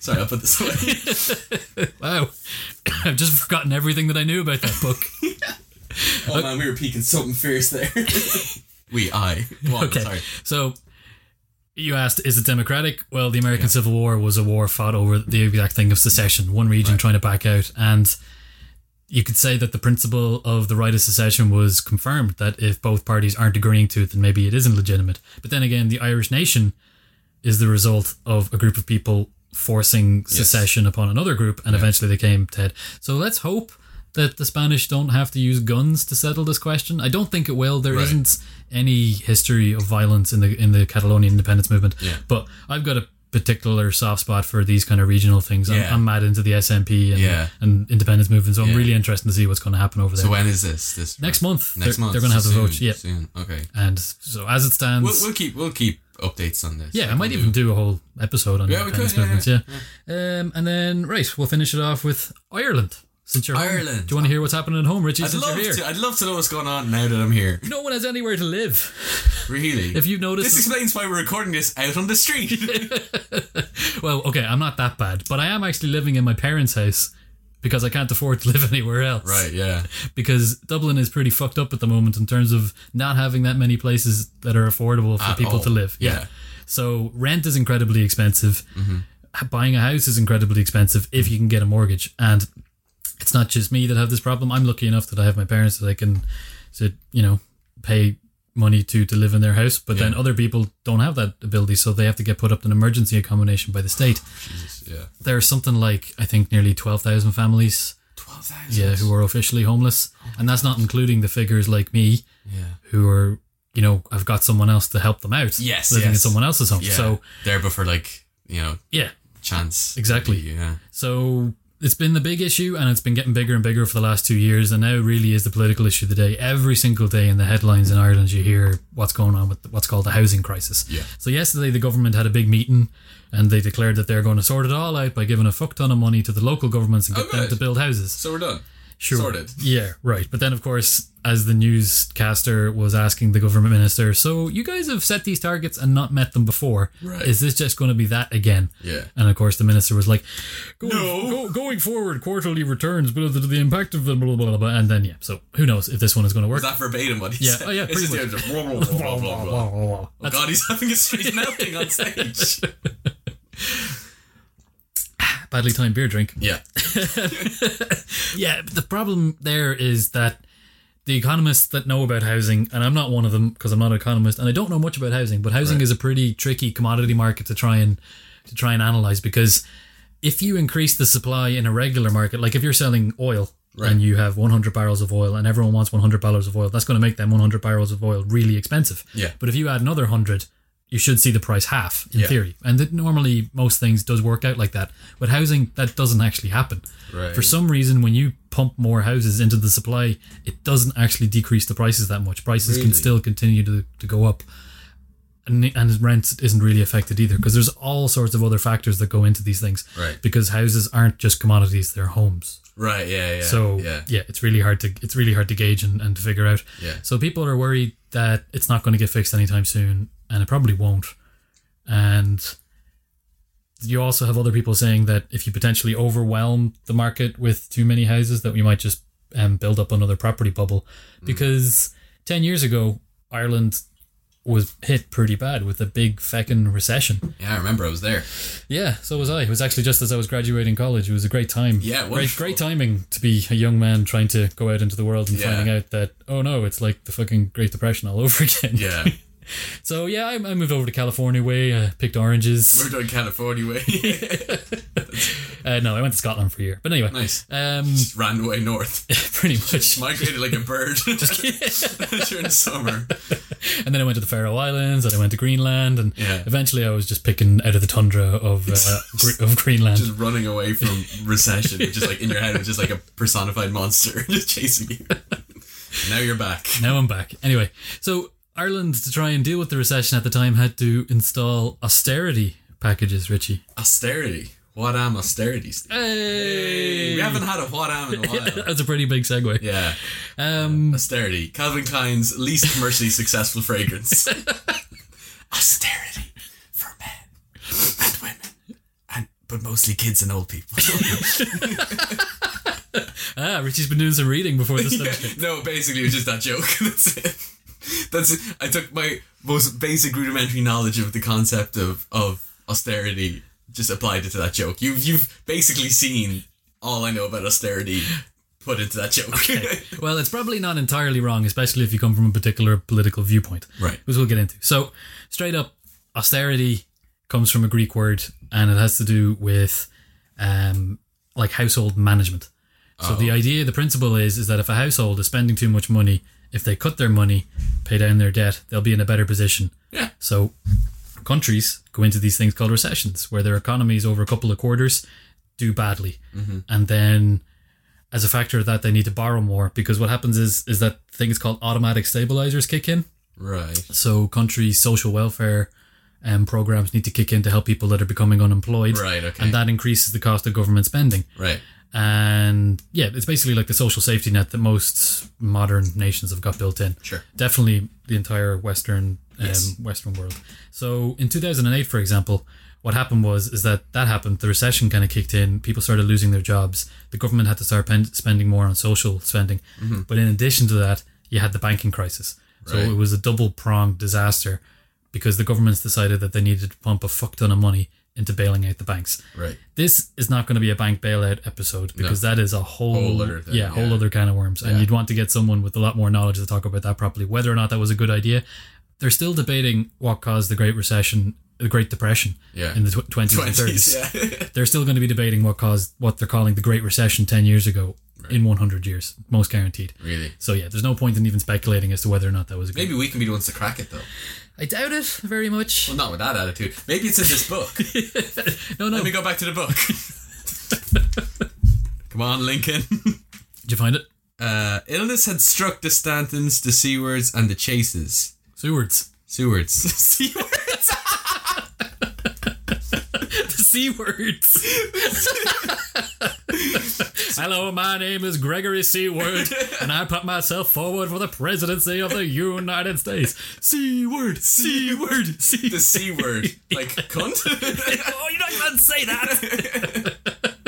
[SPEAKER 1] Sorry, I'll put this away.
[SPEAKER 2] Wow. I've just forgotten everything that I knew about that book.
[SPEAKER 1] Oh man, we were peeking something fierce there. we, I. Go on,
[SPEAKER 2] okay.
[SPEAKER 1] Sorry.
[SPEAKER 2] So you asked, is it democratic? Well, the American Civil War was a war fought over the exact thing of secession, one region trying to back out. And you could say that the principle of the right of secession was confirmed that if both parties aren't agreeing to it, then maybe it isn't legitimate. But then again, the Irish nation is the result of a group of people forcing secession upon another group, and eventually they came to head. So let's hope that the Spanish don't have to use guns to settle this question. I don't think it will. There
[SPEAKER 1] Right.
[SPEAKER 2] not any history of violence in the in the Catalonian independence movement.
[SPEAKER 1] Yeah.
[SPEAKER 2] But I've got a particular soft spot for these kind of regional things. I'm,
[SPEAKER 1] Yeah.
[SPEAKER 2] I'm mad into the SNP and,
[SPEAKER 1] Yeah.
[SPEAKER 2] and independence movement, so I'm
[SPEAKER 1] Yeah.
[SPEAKER 2] really interested to see what's going to happen over there.
[SPEAKER 1] So when is this? This
[SPEAKER 2] Next month,
[SPEAKER 1] Next
[SPEAKER 2] they're,
[SPEAKER 1] month.
[SPEAKER 2] they're going to have
[SPEAKER 1] so
[SPEAKER 2] a vote.
[SPEAKER 1] soon,
[SPEAKER 2] Yeah,
[SPEAKER 1] Soon. Okay.
[SPEAKER 2] and so as it stands,
[SPEAKER 1] We'll, we'll keep. We'll keep updates on this.
[SPEAKER 2] yeah, I might
[SPEAKER 1] We'll
[SPEAKER 2] even do a whole episode on
[SPEAKER 1] Yeah, we
[SPEAKER 2] independence
[SPEAKER 1] could, yeah,
[SPEAKER 2] movements. Yeah, Um, and then right, we'll finish it off with Ireland. Since you're home.
[SPEAKER 1] Ireland.
[SPEAKER 2] do you want to hear what's happening at home, Richie?
[SPEAKER 1] I'd
[SPEAKER 2] since
[SPEAKER 1] love
[SPEAKER 2] you're here,
[SPEAKER 1] to. I'd love to know what's going on now that I'm here.
[SPEAKER 2] no one has anywhere to live.
[SPEAKER 1] Really?
[SPEAKER 2] If you've noticed,
[SPEAKER 1] this explains why we're recording this out on the street.
[SPEAKER 2] Well, okay, I'm not that bad, but I am actually living in my parents' house because I can't afford to live anywhere else.
[SPEAKER 1] right? Yeah.
[SPEAKER 2] Because Dublin is pretty fucked up at the moment in terms of not having that many places that are affordable for
[SPEAKER 1] At
[SPEAKER 2] people to
[SPEAKER 1] all.
[SPEAKER 2] live.
[SPEAKER 1] Yeah.
[SPEAKER 2] So rent is incredibly expensive.
[SPEAKER 1] Mm-hmm.
[SPEAKER 2] H- Buying a house is incredibly expensive if you can get a mortgage. And it's not just me that have this problem. I'm lucky enough that I have my parents that I can, to you know, pay money to to live in their house. But then other people don't have that ability, so they have to get put up in an emergency accommodation by the state
[SPEAKER 1] Jesus. Yeah.
[SPEAKER 2] there's something like I think nearly twelve thousand families,
[SPEAKER 1] Twelve thousand.
[SPEAKER 2] yeah, who are officially homeless, and that's not including the figures like me
[SPEAKER 1] Yeah.
[SPEAKER 2] who are, you know, I've got someone else to help them out.
[SPEAKER 1] Yes,
[SPEAKER 2] living in
[SPEAKER 1] yes.
[SPEAKER 2] someone else's home.
[SPEAKER 1] Yeah.
[SPEAKER 2] So
[SPEAKER 1] there, but for like you know
[SPEAKER 2] yeah,
[SPEAKER 1] chance.
[SPEAKER 2] Exactly.
[SPEAKER 1] Yeah.
[SPEAKER 2] so it's been the big issue, and it's been getting bigger and bigger for the last two years, and now really is the political issue of the day. Every single day in the headlines in Ireland, you hear what's going on with what's called the housing crisis.
[SPEAKER 1] Yeah.
[SPEAKER 2] So yesterday, the government had a big meeting, and they declared that they're going to sort it all out by giving a fuck ton of money to the local governments and get
[SPEAKER 1] Oh,
[SPEAKER 2] them
[SPEAKER 1] good.
[SPEAKER 2] to build houses.
[SPEAKER 1] So we're done.
[SPEAKER 2] Sure.
[SPEAKER 1] Sorted.
[SPEAKER 2] Yeah, right. But then, of course, as the newscaster was asking the government minister, so you guys have set these targets and not met them before.
[SPEAKER 1] Right.
[SPEAKER 2] Is this just going to be that again?
[SPEAKER 1] Yeah.
[SPEAKER 2] And of course, the minister was like, going,
[SPEAKER 1] No.
[SPEAKER 2] go, going forward, quarterly returns, blah, blah, blah, the impact of the blah, blah, blah, blah. And then, yeah, so who knows if this one is going to work.
[SPEAKER 1] Is that verbatim what he
[SPEAKER 2] Yeah,
[SPEAKER 1] said?
[SPEAKER 2] oh, yeah,
[SPEAKER 1] It's just
[SPEAKER 2] pretty
[SPEAKER 1] the blah, blah, blah, blah, blah, blah. Oh
[SPEAKER 2] That's-
[SPEAKER 1] god, he's having a street melting on stage.
[SPEAKER 2] badly timed beer drink.
[SPEAKER 1] Yeah.
[SPEAKER 2] Yeah, but the problem there is that the economists that know about housing, and I'm not one of them because I'm not an economist, and I don't know much about housing, but housing
[SPEAKER 1] Right.
[SPEAKER 2] is a pretty tricky commodity market to try and to try and analyze because if you increase the supply in a regular market, like if you're selling oil
[SPEAKER 1] Right.
[SPEAKER 2] and you have 100 barrels of oil and everyone wants 100 barrels of oil, that's going to make them 100 barrels of oil really expensive.
[SPEAKER 1] Yeah.
[SPEAKER 2] But if you add another 100, you should see the price half in
[SPEAKER 1] Yeah.
[SPEAKER 2] theory. And that normally most things does work out like that. But housing, that doesn't actually happen.
[SPEAKER 1] Right.
[SPEAKER 2] For some reason, when you pump more houses into the supply, it doesn't actually decrease the prices that much. Prices
[SPEAKER 1] Really?
[SPEAKER 2] can still continue to, to go up. And, and rent isn't really affected either because there's all sorts of other factors that go into these things.
[SPEAKER 1] Right.
[SPEAKER 2] Because houses aren't just commodities, they're homes.
[SPEAKER 1] Right, yeah, yeah.
[SPEAKER 2] so
[SPEAKER 1] yeah.
[SPEAKER 2] it's really hard to it's really hard to gauge and, and to figure out.
[SPEAKER 1] Yeah.
[SPEAKER 2] So people are worried that it's not going to get fixed anytime soon, and it probably won't. And you also have other people saying that if you potentially overwhelm the market with too many houses, that we might just um, build up another property bubble. Because ten years ago, Ireland was hit pretty bad with a big feckin' recession.
[SPEAKER 1] Yeah, I remember I was there.
[SPEAKER 2] Yeah, so was I. It was actually just as I was graduating college. It was a great time.
[SPEAKER 1] Yeah,
[SPEAKER 2] great,
[SPEAKER 1] wonderful.
[SPEAKER 2] great timing to be a young man trying to go out into the world and
[SPEAKER 1] Yeah.
[SPEAKER 2] finding out that oh no, it's like the fucking Great Depression all over again.
[SPEAKER 1] Yeah.
[SPEAKER 2] So yeah, I, I moved over to California way. Uh, picked
[SPEAKER 1] We're
[SPEAKER 2] oranges.
[SPEAKER 1] doing California way.
[SPEAKER 2] Uh, no, I went to Scotland for a year. But anyway,
[SPEAKER 1] nice.
[SPEAKER 2] um,
[SPEAKER 1] Just ran away north.
[SPEAKER 2] pretty much.
[SPEAKER 1] Migrated like a bird during the summer.
[SPEAKER 2] And then I went to the Faroe Islands, and I went to Greenland, and
[SPEAKER 1] Yeah.
[SPEAKER 2] eventually I was just picking out of the tundra of uh, Gre- of Greenland.
[SPEAKER 1] Just running away from recession. Just like in your head, it was just like a personified monster just chasing you. now you're back.
[SPEAKER 2] now I'm back. Anyway, so Ireland, to try and deal with the recession at the time, had to install austerity packages, Richie.
[SPEAKER 1] Austerity. What am austerities?
[SPEAKER 2] Hey!
[SPEAKER 1] We haven't had a what am in a while.
[SPEAKER 2] That's a pretty big segue.
[SPEAKER 1] Yeah.
[SPEAKER 2] Um,
[SPEAKER 1] Austerity. Calvin Klein's least commercially successful fragrance. Austerity for men and women, and but mostly kids and old people.
[SPEAKER 2] ah, Richie's been doing some reading before this.
[SPEAKER 1] Yeah,
[SPEAKER 2] episode.
[SPEAKER 1] no, basically it was just that joke. That's it. That's it. I took my most basic rudimentary knowledge of the concept of of austerity, just applied it to that joke. You've you've basically seen all I know about austerity put into that joke.
[SPEAKER 2] Well, it's probably not entirely wrong, especially if you come from a particular political viewpoint,
[SPEAKER 1] right.
[SPEAKER 2] which we'll get into. So, straight up, austerity comes from a Greek word, and it has to do with um, like household management. So the idea, the principle is, is that if a household is spending too much money, if they cut their money, pay down their debt, they'll be in a better position.
[SPEAKER 1] Yeah.
[SPEAKER 2] So countries go into these things called recessions, where their economies over a couple of quarters do badly,
[SPEAKER 1] Mm-hmm.
[SPEAKER 2] and then as a factor of that, they need to borrow more because what happens is is that things called automatic stabilizers kick in.
[SPEAKER 1] Right.
[SPEAKER 2] So countries' social welfare um, programs need to kick in to help people that are becoming unemployed,
[SPEAKER 1] Right, okay.
[SPEAKER 2] and that increases the cost of government spending
[SPEAKER 1] Right.
[SPEAKER 2] and yeah, it's basically like the social safety net that most modern nations have got built in.
[SPEAKER 1] Sure.
[SPEAKER 2] Definitely the entire Western um,
[SPEAKER 1] Yes.
[SPEAKER 2] Western world. So in 2008, for example, what happened was is that that happened. The recession kind of kicked in. People started losing their jobs. The government had to start pen- spending more on social spending. But in addition to that, you had the banking crisis. So
[SPEAKER 1] Mm-hmm. Right.
[SPEAKER 2] it was a double pronged disaster because the governments decided that they needed to pump a fuck ton of money into bailing out the banks
[SPEAKER 1] Right.
[SPEAKER 2] this is not going to be a bank bailout episode because that is a whole,
[SPEAKER 1] Whole other thing,
[SPEAKER 2] yeah, whole
[SPEAKER 1] yeah.
[SPEAKER 2] other can of worms, and
[SPEAKER 1] Yeah.
[SPEAKER 2] you'd want to get someone with a lot more knowledge to talk about that properly. Whether or not that was a good idea, they're still debating what caused the Great Recession, the Great Depression,
[SPEAKER 1] Yeah.
[SPEAKER 2] in the twenties and thirties.
[SPEAKER 1] Yeah.
[SPEAKER 2] They're still going to be debating what caused what they're calling the Great Recession ten years ago in one hundred years, most guaranteed.
[SPEAKER 1] really.
[SPEAKER 2] So yeah, there's no point in even speculating as to whether or not that was a good.
[SPEAKER 1] Maybe we can be the ones to crack it though.
[SPEAKER 2] I doubt it very much.
[SPEAKER 1] Well, not with that attitude. Maybe it's in this book.
[SPEAKER 2] No, no.
[SPEAKER 1] Let me go back to the book. Come on, Lincoln.
[SPEAKER 2] Did you find it?
[SPEAKER 1] Uh, illness had struck the Stantons, the Seawards, and the Chases.
[SPEAKER 2] Sewards.
[SPEAKER 1] Seawards. Seawards.
[SPEAKER 2] The C words. Hello, my name is Gregory C. Word, and I put myself forward for the presidency of the United States. C word, C word, C.
[SPEAKER 1] The C word. Like, cunt?
[SPEAKER 2] oh, you're not even say that.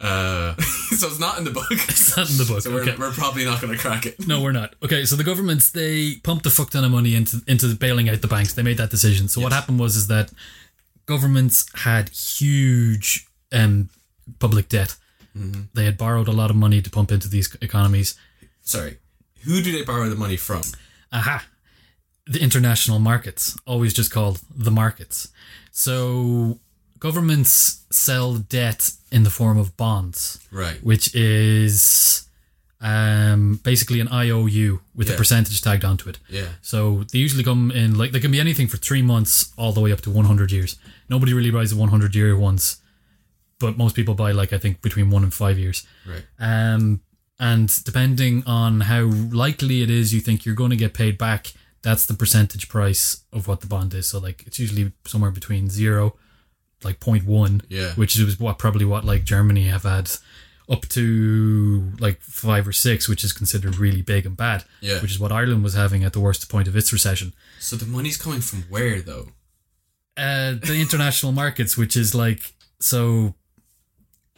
[SPEAKER 1] uh, so it's not in the book.
[SPEAKER 2] It's not in the book.
[SPEAKER 1] So we're,
[SPEAKER 2] okay.
[SPEAKER 1] we're probably not going to crack it.
[SPEAKER 2] No, we're not. Okay, so the governments they pumped a fuck ton of money into into bailing out the banks. They made that decision. So what happened was is that governments had huge um, public debt. They had borrowed a lot of money to pump into these economies.
[SPEAKER 1] Sorry. Who do they borrow the money from?
[SPEAKER 2] Aha. The international markets, always just called the markets. So governments sell debt in the form of bonds.
[SPEAKER 1] Right.
[SPEAKER 2] which is um, basically an IOU with a
[SPEAKER 1] Yeah.
[SPEAKER 2] percentage tagged onto it.
[SPEAKER 1] Yeah.
[SPEAKER 2] So they usually come in like they can be anything for three months all the way up to 100 years. Nobody really buys the 100 year ones, but most people buy like I think between one and five years.
[SPEAKER 1] Right.
[SPEAKER 2] Um, and depending on how likely it is you think you're going to get paid back, that's the percentage price of what the bond is. So like it's usually somewhere between zero, like 0.1,
[SPEAKER 1] Yeah.
[SPEAKER 2] which is what probably what like Germany have had up to like five or six, which is considered really big and bad.
[SPEAKER 1] Yeah.
[SPEAKER 2] Which is what Ireland was having at the worst point of its recession.
[SPEAKER 1] So the money's coming from where, though?
[SPEAKER 2] Uh, the international markets, which is like so.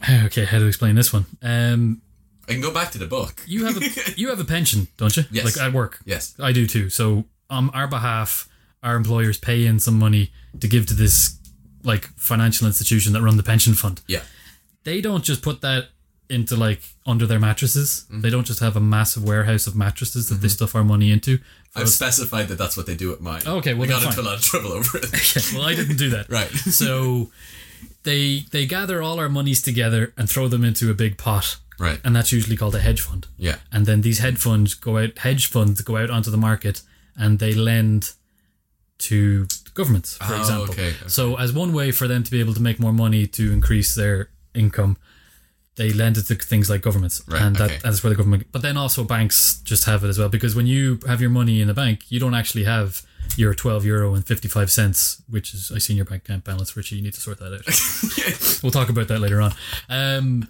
[SPEAKER 2] Okay, how to explain this one? Um,
[SPEAKER 1] I can go back to the book.
[SPEAKER 2] you have a you have a pension, don't you?
[SPEAKER 1] Yes.
[SPEAKER 2] Like at work.
[SPEAKER 1] Yes.
[SPEAKER 2] I do too. So on our behalf, our employers pay in some money to give to this like financial institution that run the pension fund.
[SPEAKER 1] Yeah.
[SPEAKER 2] They don't just put that into like under their mattresses.
[SPEAKER 1] Mm-hmm.
[SPEAKER 2] They don't just have a massive warehouse of mattresses that they stuff our money into.
[SPEAKER 1] I've specified that that's what they do at mine.
[SPEAKER 2] Okay, well,
[SPEAKER 1] I got
[SPEAKER 2] then
[SPEAKER 1] into a
[SPEAKER 2] fine.
[SPEAKER 1] lot of trouble over it.
[SPEAKER 2] Okay, well, I didn't do that.
[SPEAKER 1] Right.
[SPEAKER 2] So they they gather all our monies together and throw them into a big pot,
[SPEAKER 1] Right.
[SPEAKER 2] and that's usually called a hedge fund.
[SPEAKER 1] Yeah.
[SPEAKER 2] and then these hedge funds go out hedge funds go out onto the market and they lend to governments for
[SPEAKER 1] Oh,
[SPEAKER 2] example
[SPEAKER 1] okay, okay.
[SPEAKER 2] so as one way for them to be able to make more money to increase their income they lend it to things like governments
[SPEAKER 1] Right,
[SPEAKER 2] and that,
[SPEAKER 1] okay.
[SPEAKER 2] that's where the government but then also banks just have it as well because when you have your money in the bank you don't actually have your 12 euro and 55 cents which is i seen your bank account balance richie you need to sort that out We'll talk about that later on. Um,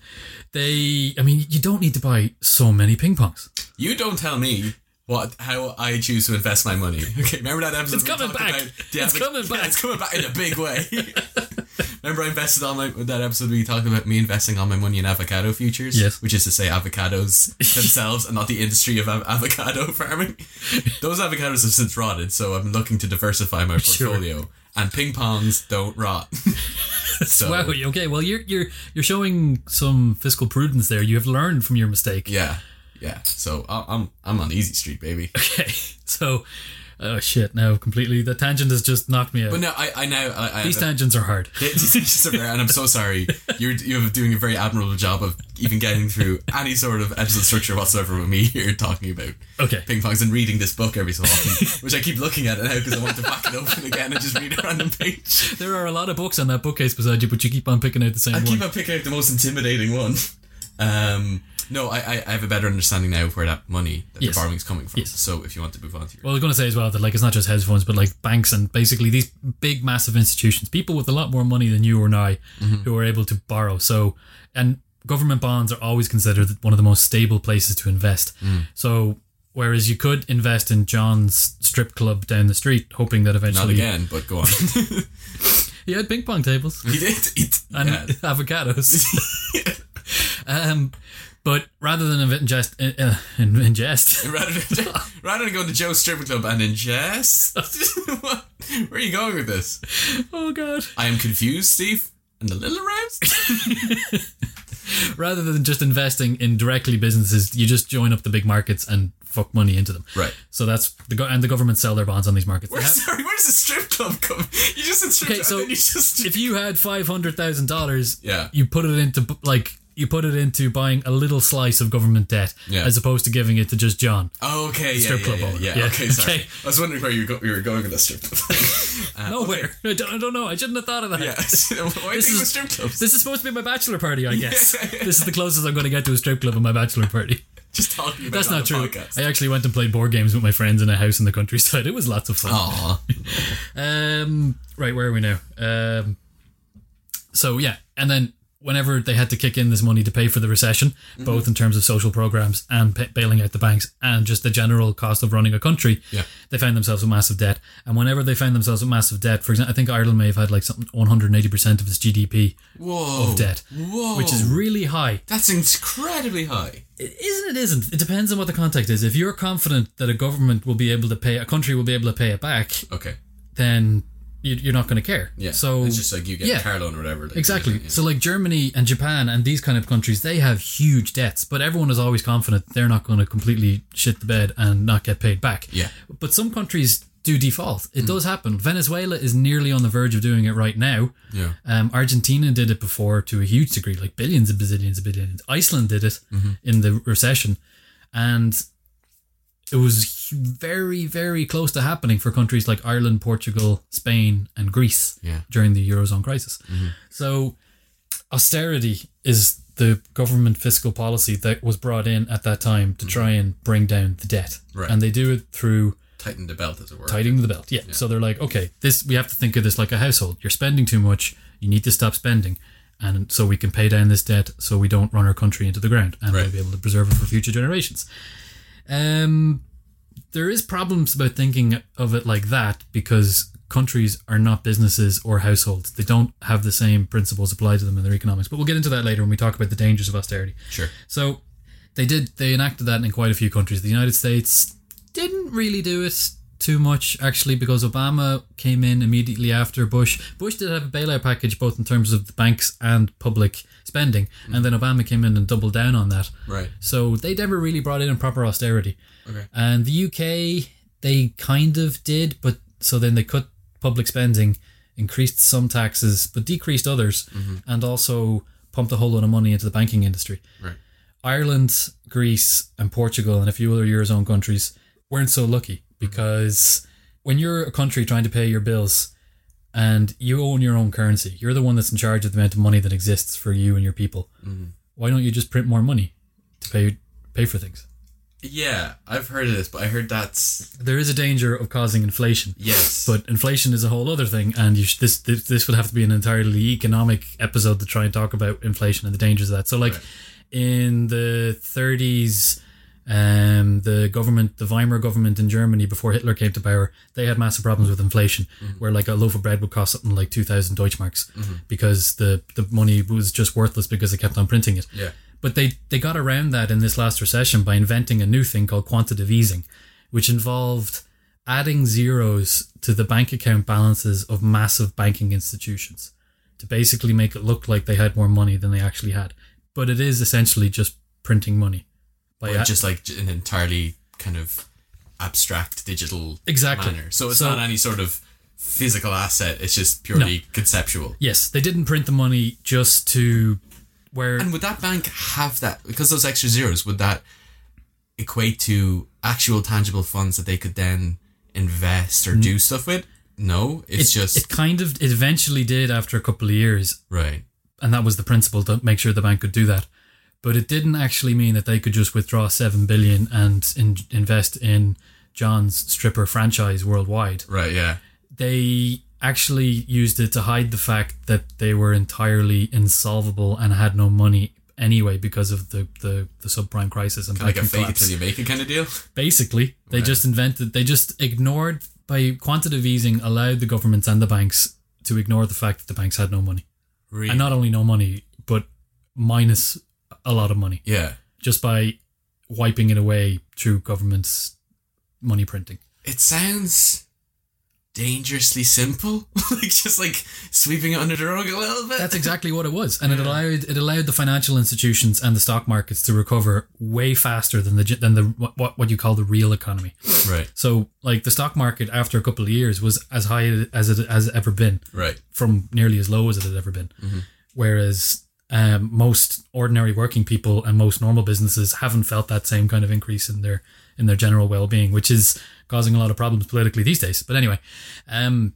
[SPEAKER 2] they, I mean, you don't need to buy so many ping pongs.
[SPEAKER 1] You don't tell me what how I choose to invest my money. Okay, remember that episode?
[SPEAKER 2] It's
[SPEAKER 1] we
[SPEAKER 2] coming
[SPEAKER 1] talked
[SPEAKER 2] back.
[SPEAKER 1] about the
[SPEAKER 2] It's
[SPEAKER 1] average-
[SPEAKER 2] coming
[SPEAKER 1] Yeah,
[SPEAKER 2] back.
[SPEAKER 1] it's coming back in a big way. remember, I invested all my that episode we talked about me investing all my money in avocado futures.
[SPEAKER 2] Yes.
[SPEAKER 1] which is to say avocados themselves and not the industry of av- avocado farming. Those avocados have since rotted, so I'm looking to diversify my
[SPEAKER 2] Sure.
[SPEAKER 1] portfolio. And ping pongs don't rot. so
[SPEAKER 2] Wow. Okay. Well, you're you're you're showing some fiscal prudence there. You have learned from your mistake.
[SPEAKER 1] yeah, yeah. So I- I'm I'm on easy street, baby.
[SPEAKER 2] Okay. So, oh shit! Now completely the tangent has just knocked me out.
[SPEAKER 1] But no, I I now I, I
[SPEAKER 2] These tangents are hard.
[SPEAKER 1] Yeah, it's just a rare- and I'm so sorry. You're you're doing a very admirable job of even getting through any sort of episode structure whatsoever with me here talking about
[SPEAKER 2] Okay.
[SPEAKER 1] ping pongs and reading this book every so often, which I keep looking at it now because I want to back it open again and just read a random page.
[SPEAKER 2] There are a lot of books on that bookcase beside you, but you keep on picking out the same
[SPEAKER 1] I
[SPEAKER 2] one.
[SPEAKER 1] keep on picking out the most intimidating one. Um, no, I, I I have a better understanding now of where that money that
[SPEAKER 2] Yes.
[SPEAKER 1] the borrowing is coming from.
[SPEAKER 2] Yes.
[SPEAKER 1] So if you want to move on to your
[SPEAKER 2] well, I was going to say as well that like it's not just hedge funds, but like banks and basically these big, massive institutions, people with a lot more money than you or I,
[SPEAKER 1] Mm-hmm.
[SPEAKER 2] who are able to borrow. So, and government bonds are always considered one of the most stable places to invest.
[SPEAKER 1] Mm.
[SPEAKER 2] So, whereas you could invest in John's strip club down the street, hoping that
[SPEAKER 1] not
[SPEAKER 2] eventually
[SPEAKER 1] again, but go on.
[SPEAKER 2] he had ping pong tables
[SPEAKER 1] he did. It,
[SPEAKER 2] and
[SPEAKER 1] yeah.
[SPEAKER 2] avocados. um, but rather than ingest, uh, uh, ingest.
[SPEAKER 1] Rather than, rather than going to Joe's stripper club and ingest, What? where are you going with this?
[SPEAKER 2] Oh God!
[SPEAKER 1] I am confused, Steve, and a little aroused.
[SPEAKER 2] rather than just investing in directly businesses, you just join up the big markets and fuck money into them.
[SPEAKER 1] Right.
[SPEAKER 2] So that's the go- and the government sell their bonds on these markets. They
[SPEAKER 1] Where,
[SPEAKER 2] have-
[SPEAKER 1] sorry, where does the strip club come? You just said strip
[SPEAKER 2] Okay,
[SPEAKER 1] club,
[SPEAKER 2] so
[SPEAKER 1] and then you just
[SPEAKER 2] if you had five hundred thousand dollars,
[SPEAKER 1] Yeah.
[SPEAKER 2] you put it into b- like you put it into buying a little slice of government debt,
[SPEAKER 1] Yeah.
[SPEAKER 2] as opposed to giving it to just John.
[SPEAKER 1] oh, okay, yeah,
[SPEAKER 2] strip
[SPEAKER 1] yeah,
[SPEAKER 2] club
[SPEAKER 1] yeah,
[SPEAKER 2] owner.
[SPEAKER 1] yeah,
[SPEAKER 2] Yeah,
[SPEAKER 1] Okay, sorry.
[SPEAKER 2] okay.
[SPEAKER 1] I was wondering where you, go, you were going with the strip club.
[SPEAKER 2] Nowhere. I, don't, I don't know. I shouldn't have thought of that.
[SPEAKER 1] Ah, yeah, why are you
[SPEAKER 2] This
[SPEAKER 1] thinking
[SPEAKER 2] is-
[SPEAKER 1] of strip clubs?
[SPEAKER 2] This is supposed to be my bachelor party, I guess. This is the closest I'm going to get to a strip club in my bachelor party.
[SPEAKER 1] Just talking about
[SPEAKER 2] That's
[SPEAKER 1] it on
[SPEAKER 2] not true.
[SPEAKER 1] the podcast.
[SPEAKER 2] I actually went and played board games with my friends in a house in the countryside. It was lots of fun.
[SPEAKER 1] Aw.
[SPEAKER 2] Um, right, where are we now? Um, so yeah, and then whenever they had to kick in this money to pay for the recession,
[SPEAKER 1] Mm-hmm.
[SPEAKER 2] both in terms of social programs and pa bailing out the banks and just the general cost of running a country,
[SPEAKER 1] Yeah.
[SPEAKER 2] they found themselves with massive debt. And whenever they found themselves with massive debt, for example, I think Ireland may have had like something 180% of its GDP,
[SPEAKER 1] Whoa.
[SPEAKER 2] Of debt,
[SPEAKER 1] Whoa.
[SPEAKER 2] which is really high.
[SPEAKER 1] That's incredibly high.
[SPEAKER 2] It isn't, it isn't. It depends on what the context is. If you're confident that a government will be able to pay, a country will be able to pay it back,
[SPEAKER 1] Okay.
[SPEAKER 2] then you- you're not going to care.
[SPEAKER 1] Yeah.
[SPEAKER 2] So
[SPEAKER 1] it's just like you get
[SPEAKER 2] yeah.
[SPEAKER 1] a car loan or whatever. like,
[SPEAKER 2] Exactly.
[SPEAKER 1] yeah.
[SPEAKER 2] So like Germany and Japan and these kind of countries, they have huge debts, but everyone is always confident they're not going to completely shit the bed and not get paid back.
[SPEAKER 1] Yeah. Hmm.
[SPEAKER 2] But some countries do default. It does happen. Venezuela is nearly on the verge of doing it right now.
[SPEAKER 1] Yeah.
[SPEAKER 2] Um, Argentina did it before to a huge degree, like billions and bazillions and billions. Iceland did it
[SPEAKER 1] Mm-hmm.
[SPEAKER 2] in the recession, and it was very, very close to happening for countries like Ireland, Portugal, Spain, and Greece
[SPEAKER 1] Yeah. Mm-hmm.
[SPEAKER 2] during the eurozone crisis. So, austerity is the government fiscal policy that was brought in at that time to try and bring down the debt,
[SPEAKER 1] Right.
[SPEAKER 2] and they do it through
[SPEAKER 1] Tighten the belt, as it were.
[SPEAKER 2] tightening the belt. Yeah. So they're like, okay, this we have to think of this like a household. You're spending too much. You need to stop spending, and so we can pay down this debt, so we don't run our country into the ground, and
[SPEAKER 1] Right.
[SPEAKER 2] we'll be able to preserve it for future generations. Um, there is problems about thinking of it like that because countries are not businesses or households. They don't have the same principles applied to them in their economics. But we'll get into that later when we talk about the dangers of austerity.
[SPEAKER 1] Sure.
[SPEAKER 2] So they did they enacted that in quite a few countries. The United States didn't really do it too much actually because Obama came in immediately after Bush. Bush did have a bailout package both in terms of the banks and public spending, and then Obama came in and doubled down on that.
[SPEAKER 1] Right.
[SPEAKER 2] So they never really brought in a proper austerity.
[SPEAKER 1] Okay.
[SPEAKER 2] And the UK, they kind of did, but so then they cut public spending, increased some taxes, but decreased others, and also pumped a whole lot of money into the banking industry.
[SPEAKER 1] Right.
[SPEAKER 2] Ireland, Greece, and Portugal, and a few other Eurozone countries weren't so lucky because when you're a country trying to pay your bills and you own your own currency, you're the one that's in charge of the amount of money that exists for you and your people. Why don't you just print more money to pay pay for things?
[SPEAKER 1] Yeah, I've heard of this, but I heard that's
[SPEAKER 2] There is a danger of causing inflation.
[SPEAKER 1] yes.
[SPEAKER 2] But inflation is a whole other thing, and you sh- this, this this would have to be an entirely economic episode to try and talk about inflation and the dangers of that. So, like
[SPEAKER 1] Right.
[SPEAKER 2] in the 30s, um, the government, the Weimar government in Germany before Hitler came to power, they had massive problems with inflation,
[SPEAKER 1] Mm-hmm.
[SPEAKER 2] where like a loaf of bread would cost something like 2,000 Deutschmarks because the the money was just worthless because they kept on printing it.
[SPEAKER 1] yeah.
[SPEAKER 2] But they, they got around that in this last recession by inventing a new thing called quantitative easing, which involved adding zeros to the bank account balances of massive banking institutions to basically make it look like they had more money than they actually had. But it is essentially just printing money. By
[SPEAKER 1] But
[SPEAKER 2] a-
[SPEAKER 1] just like j- an entirely kind of abstract digital
[SPEAKER 2] Exactly.
[SPEAKER 1] manner. So it's
[SPEAKER 2] So-
[SPEAKER 1] not any sort of physical asset. It's just purely conceptual.
[SPEAKER 2] yes, they didn't print the money just to where
[SPEAKER 1] And would that bank have that because those extra zeros would that equate to actual tangible funds that they could then invest or do stuff with? No, it's just
[SPEAKER 2] it kind of it eventually did after a couple of years
[SPEAKER 1] right.
[SPEAKER 2] and that was the principle to make sure the bank could do that. But it didn't actually mean that they could just withdraw seven billion and in- invest in John's stripper franchise worldwide.
[SPEAKER 1] Right, yeah.
[SPEAKER 2] They actually used it to hide the fact that they were entirely insolvable and had no money anyway because of the the, the subprime crisis and
[SPEAKER 1] Like a
[SPEAKER 2] banking
[SPEAKER 1] fake it
[SPEAKER 2] collapse
[SPEAKER 1] till you make it kind of deal.
[SPEAKER 2] basically they just invented they just ignored by quantitative easing allowed the governments and the banks to ignore the fact that the banks had no money
[SPEAKER 1] Really?
[SPEAKER 2] and not only no money but minus a lot of money
[SPEAKER 1] Yeah.
[SPEAKER 2] just by wiping it away through governments money printing
[SPEAKER 1] It sounds dangerously simple. like just like sweeping it under the rug a little bit.
[SPEAKER 2] that's exactly what it was and it allowed it allowed the financial institutions and the stock markets to recover way faster than the ge- than the what- what, what you call the real economy
[SPEAKER 1] right.
[SPEAKER 2] so like the stock market after a couple of years was as high as it has ever been
[SPEAKER 1] Right.
[SPEAKER 2] from nearly as low as it had ever been. Whereas um, most ordinary working people and most normal businesses haven't felt that same kind of increase in their in their general well being, which is causing a lot of problems politically these days. But anyway, um,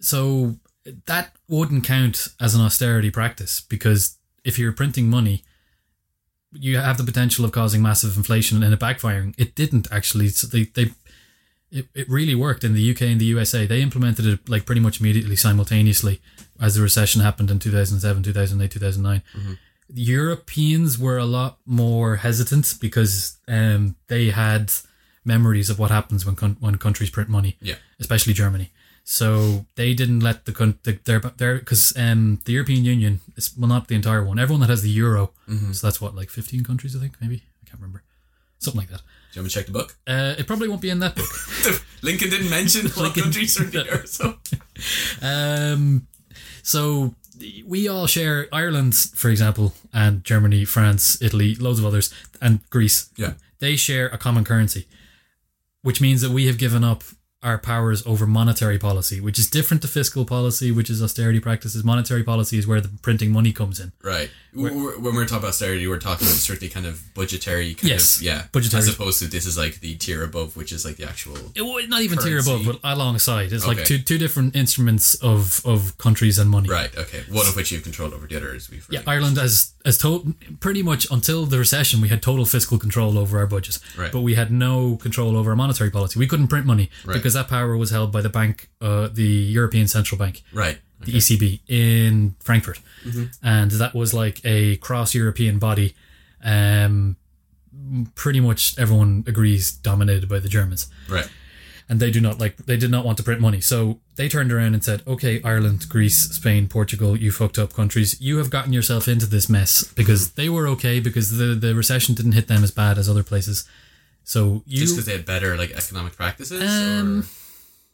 [SPEAKER 2] so that wouldn't count as an austerity practice because if you're printing money. You have the potential of causing massive inflation and it backfiring. It didn't actually. So they, they it, it really worked in the UK and the USA. They implemented it like pretty much immediately simultaneously as the recession happened in 2007, 2008, 2009. The Europeans were a lot more hesitant because um, they had memories of what happens when con- when countries print money,
[SPEAKER 1] Yeah.
[SPEAKER 2] especially Germany. So they didn't let the, con- the their their because um, the European Union is well not the entire one. Everyone that has the euro, so that's what like fifteen countries I think maybe I can't remember something like that.
[SPEAKER 1] Do you want me to check the book?
[SPEAKER 2] Uh, it probably won't be in that book.
[SPEAKER 1] Lincoln didn't mention what
[SPEAKER 2] Lincoln-
[SPEAKER 1] countries are in the Eurozone.
[SPEAKER 2] Um, so we all share Ireland, for example, and Germany, France, Italy, loads of others, and Greece.
[SPEAKER 1] Yeah.
[SPEAKER 2] They share a common currency, which means that we have given up our powers over monetary policy, which is different to fiscal policy, which is austerity practices. Monetary policy is where the printing money comes in.
[SPEAKER 1] Right. W- w- when we're talking about austerity, we're talking strictly kind of budgetary. Kind
[SPEAKER 2] Yes,
[SPEAKER 1] Of, yeah.
[SPEAKER 2] budgetary.
[SPEAKER 1] As opposed to this is like the tier above, which is like the actual.
[SPEAKER 2] It, well, not even tier
[SPEAKER 1] Currency.
[SPEAKER 2] above, but alongside. It's like
[SPEAKER 1] Okay.
[SPEAKER 2] two two different instruments of of countries and money.
[SPEAKER 1] Right. Okay. One of which you have control over, the other is we've.
[SPEAKER 2] Yeah,
[SPEAKER 1] really-
[SPEAKER 2] Ireland has as to- pretty much until the recession, we had total fiscal control over our budget,
[SPEAKER 1] Right.
[SPEAKER 2] but we had no control over our monetary policy. We couldn't print money
[SPEAKER 1] Right.
[SPEAKER 2] because that power was held by the bank, uh, the European Central Bank,
[SPEAKER 1] Right.
[SPEAKER 2] the ECB in Frankfurt, and that was like a cross-European body. Um, pretty much everyone agrees dominated by the Germans
[SPEAKER 1] Right.
[SPEAKER 2] and they do not like they did not want to print money so they turned around and said okay ireland greece spain portugal you fucked up countries you have gotten yourself into this mess because they were okay because the, the recession didn't hit them as bad as other places so you
[SPEAKER 1] Just because they had better like economic practices.
[SPEAKER 2] Um,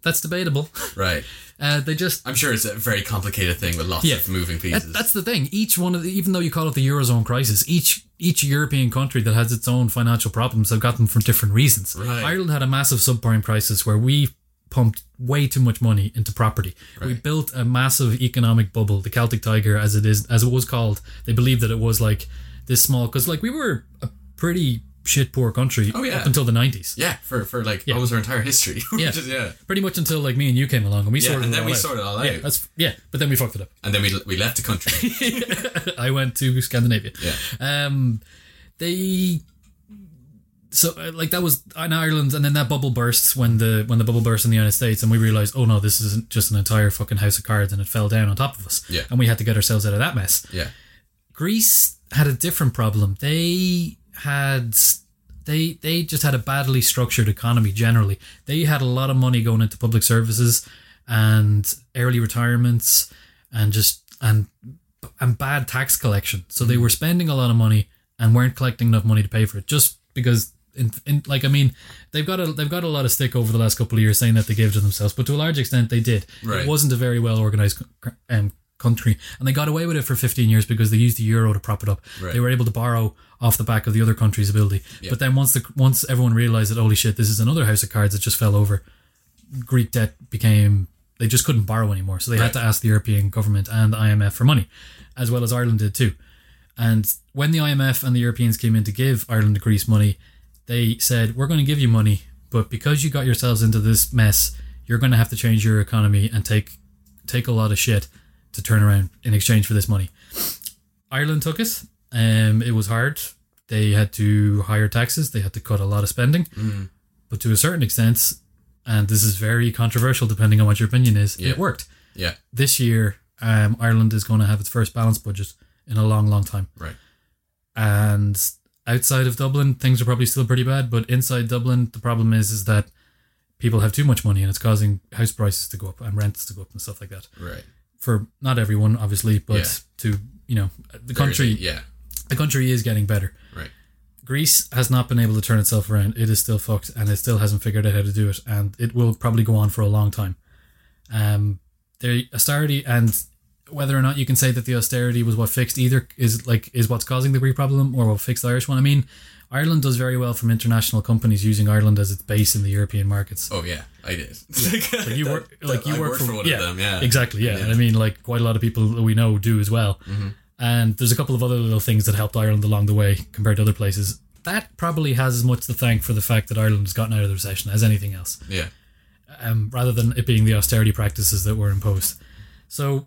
[SPEAKER 2] that's debatable
[SPEAKER 1] or, right.
[SPEAKER 2] uh, they just
[SPEAKER 1] I'm sure it's a very complicated thing with lots
[SPEAKER 2] Yeah.
[SPEAKER 1] of moving
[SPEAKER 2] that,
[SPEAKER 1] pieces.
[SPEAKER 2] that's the thing each one of the, even though you call it the eurozone crisis each each european country that has its own financial problems have got them for different reasons
[SPEAKER 1] Right.
[SPEAKER 2] ireland had a massive subprime crisis where we pumped way too much money into property we
[SPEAKER 1] Right.
[SPEAKER 2] built a massive economic bubble the celtic tiger as it is as it was called they believed that it was like this small because like we were a pretty shit poor country
[SPEAKER 1] Oh, yeah.
[SPEAKER 2] up until the 90s
[SPEAKER 1] yeah. For for like almost our entire history. We
[SPEAKER 2] Yeah.
[SPEAKER 1] just- yeah.
[SPEAKER 2] pretty much until like me and you came along and we
[SPEAKER 1] Yeah.
[SPEAKER 2] sorted
[SPEAKER 1] And
[SPEAKER 2] it
[SPEAKER 1] then
[SPEAKER 2] all
[SPEAKER 1] we
[SPEAKER 2] out.
[SPEAKER 1] sorted it all
[SPEAKER 2] yeah,
[SPEAKER 1] out.
[SPEAKER 2] that's yeah but then we fucked it up
[SPEAKER 1] and then we we left the country.
[SPEAKER 2] I went to Scandinavia.
[SPEAKER 1] Yeah.
[SPEAKER 2] Um, they so uh, like that was in Ireland, and then that bubble bursts when the when the bubble burst in the United States, and we realized, oh no, this isn't just an entire fucking house of cards, and it fell down on top of us.
[SPEAKER 1] Yeah.
[SPEAKER 2] And we had to get ourselves out of that mess.
[SPEAKER 1] yeah.
[SPEAKER 2] Greece had a different problem. They had they they just had a badly structured economy generally. They had a lot of money going into public services and early retirements and just and and bad tax collection. So they were spending a lot of money and weren't collecting enough money to pay for it just because in, in like I mean they've got a they've got a lot of stick over the last couple of years saying that they gave to themselves, but to a large extent they did.
[SPEAKER 1] Right.
[SPEAKER 2] It wasn't a very well organized um, country, and they got away with it for 15 years because they used the euro to prop it up.
[SPEAKER 1] Right.
[SPEAKER 2] They were able to borrow off the back of the other country's ability. But then once the once everyone realized that holy shit, this is another house of cards that just fell over. Greek debt became they just couldn't borrow anymore, so they had
[SPEAKER 1] Right.
[SPEAKER 2] to ask the European government and IMF for money, as well as Ireland did too. And when the IMF and the Europeans came in to give Ireland and Greece money, they said, We're going to give you money, but because you got yourselves into this mess, you're going to have to change your economy and take take a lot of shit to turn around in exchange for this money. Ireland took it. Um, it was hard. They had to higher taxes. They had to cut a lot of spending.
[SPEAKER 1] Mm,
[SPEAKER 2] But to a certain extent, and this is very controversial depending on what your opinion is,
[SPEAKER 1] Yeah.
[SPEAKER 2] it worked.
[SPEAKER 1] Yeah.
[SPEAKER 2] This year, um, Ireland is going to have its first balanced budget in a long, long time
[SPEAKER 1] Right.
[SPEAKER 2] and outside of Dublin, things are probably still pretty bad. But inside Dublin, the problem is is that people have too much money, and it's causing house prices to go up and rents to go up and stuff like that.
[SPEAKER 1] Right.
[SPEAKER 2] For not everyone, obviously, but
[SPEAKER 1] Yeah.
[SPEAKER 2] to you know, the country
[SPEAKER 1] Yeah.
[SPEAKER 2] the country is getting better.
[SPEAKER 1] Right.
[SPEAKER 2] Greece has not been able to turn itself around. It is still fucked, and it still hasn't figured out how to do it, and it will probably go on for a long time. Um, the austerity and whether or not you can say that the austerity was what fixed either is like is what's causing the Greek problem or what fixed the Irish one. I mean, Ireland does very well from international companies using Ireland as its base in the European markets.
[SPEAKER 1] Oh yeah, I did. like,
[SPEAKER 2] you work like you
[SPEAKER 1] I
[SPEAKER 2] work
[SPEAKER 1] worked
[SPEAKER 2] for,
[SPEAKER 1] for one
[SPEAKER 2] yeah,
[SPEAKER 1] of them. Yeah. Mm-hmm.
[SPEAKER 2] exactly yeah. and i mean like quite a lot of people that we know do as well and there's a couple of other little things that helped ireland along the way compared to other places that probably has as much to thank for the fact that ireland has gotten out of the recession as anything else
[SPEAKER 1] Yeah.
[SPEAKER 2] um, rather than it being the austerity practices that were imposed so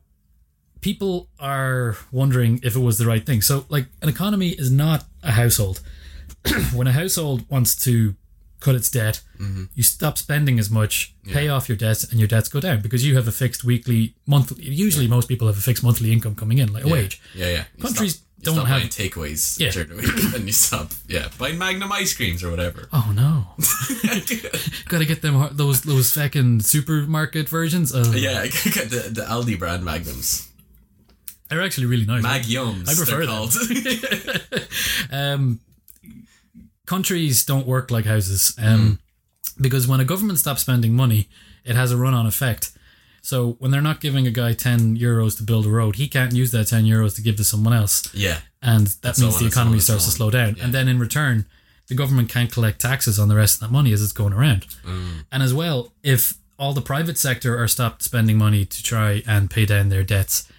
[SPEAKER 2] people are wondering if it was the right thing so like an economy is not a household when a household wants to cut its debt.
[SPEAKER 1] Mm-hmm.
[SPEAKER 2] You stop spending as much, pay off your debts, and your debts go down because you have a fixed weekly, monthly. Usually, most people have a fixed monthly income coming in, like a wage.
[SPEAKER 1] Yeah, yeah. You
[SPEAKER 2] Countries
[SPEAKER 1] stop- you
[SPEAKER 2] don't
[SPEAKER 1] stop
[SPEAKER 2] have-
[SPEAKER 1] buying takeaways
[SPEAKER 2] Yeah.
[SPEAKER 1] during the week, and you stop, yeah, buying Magnum ice creams or whatever.
[SPEAKER 2] Oh no! Gotta get them har- those those fucking supermarket versions. Uh,
[SPEAKER 1] yeah, get the, the Aldi brand Magnums,
[SPEAKER 2] they're actually really nice.
[SPEAKER 1] Magyums.
[SPEAKER 2] I
[SPEAKER 1] they're
[SPEAKER 2] prefer them.
[SPEAKER 1] called.
[SPEAKER 2] um, countries don't work like houses um, because when a government stops spending money, it has a run on effect. So when they're not giving a guy 10 euros to build a road, he can't use that 10 euros to give to someone else.
[SPEAKER 1] yeah,
[SPEAKER 2] And that
[SPEAKER 1] so
[SPEAKER 2] means
[SPEAKER 1] on
[SPEAKER 2] the
[SPEAKER 1] and so on
[SPEAKER 2] economy
[SPEAKER 1] and so
[SPEAKER 2] starts to
[SPEAKER 1] on.
[SPEAKER 2] slow down. And then in return, the government can't collect taxes on the rest of that money as it's going around.
[SPEAKER 1] Mm.
[SPEAKER 2] And as well, if all the private sector are stopped spending money to try and pay down their debts,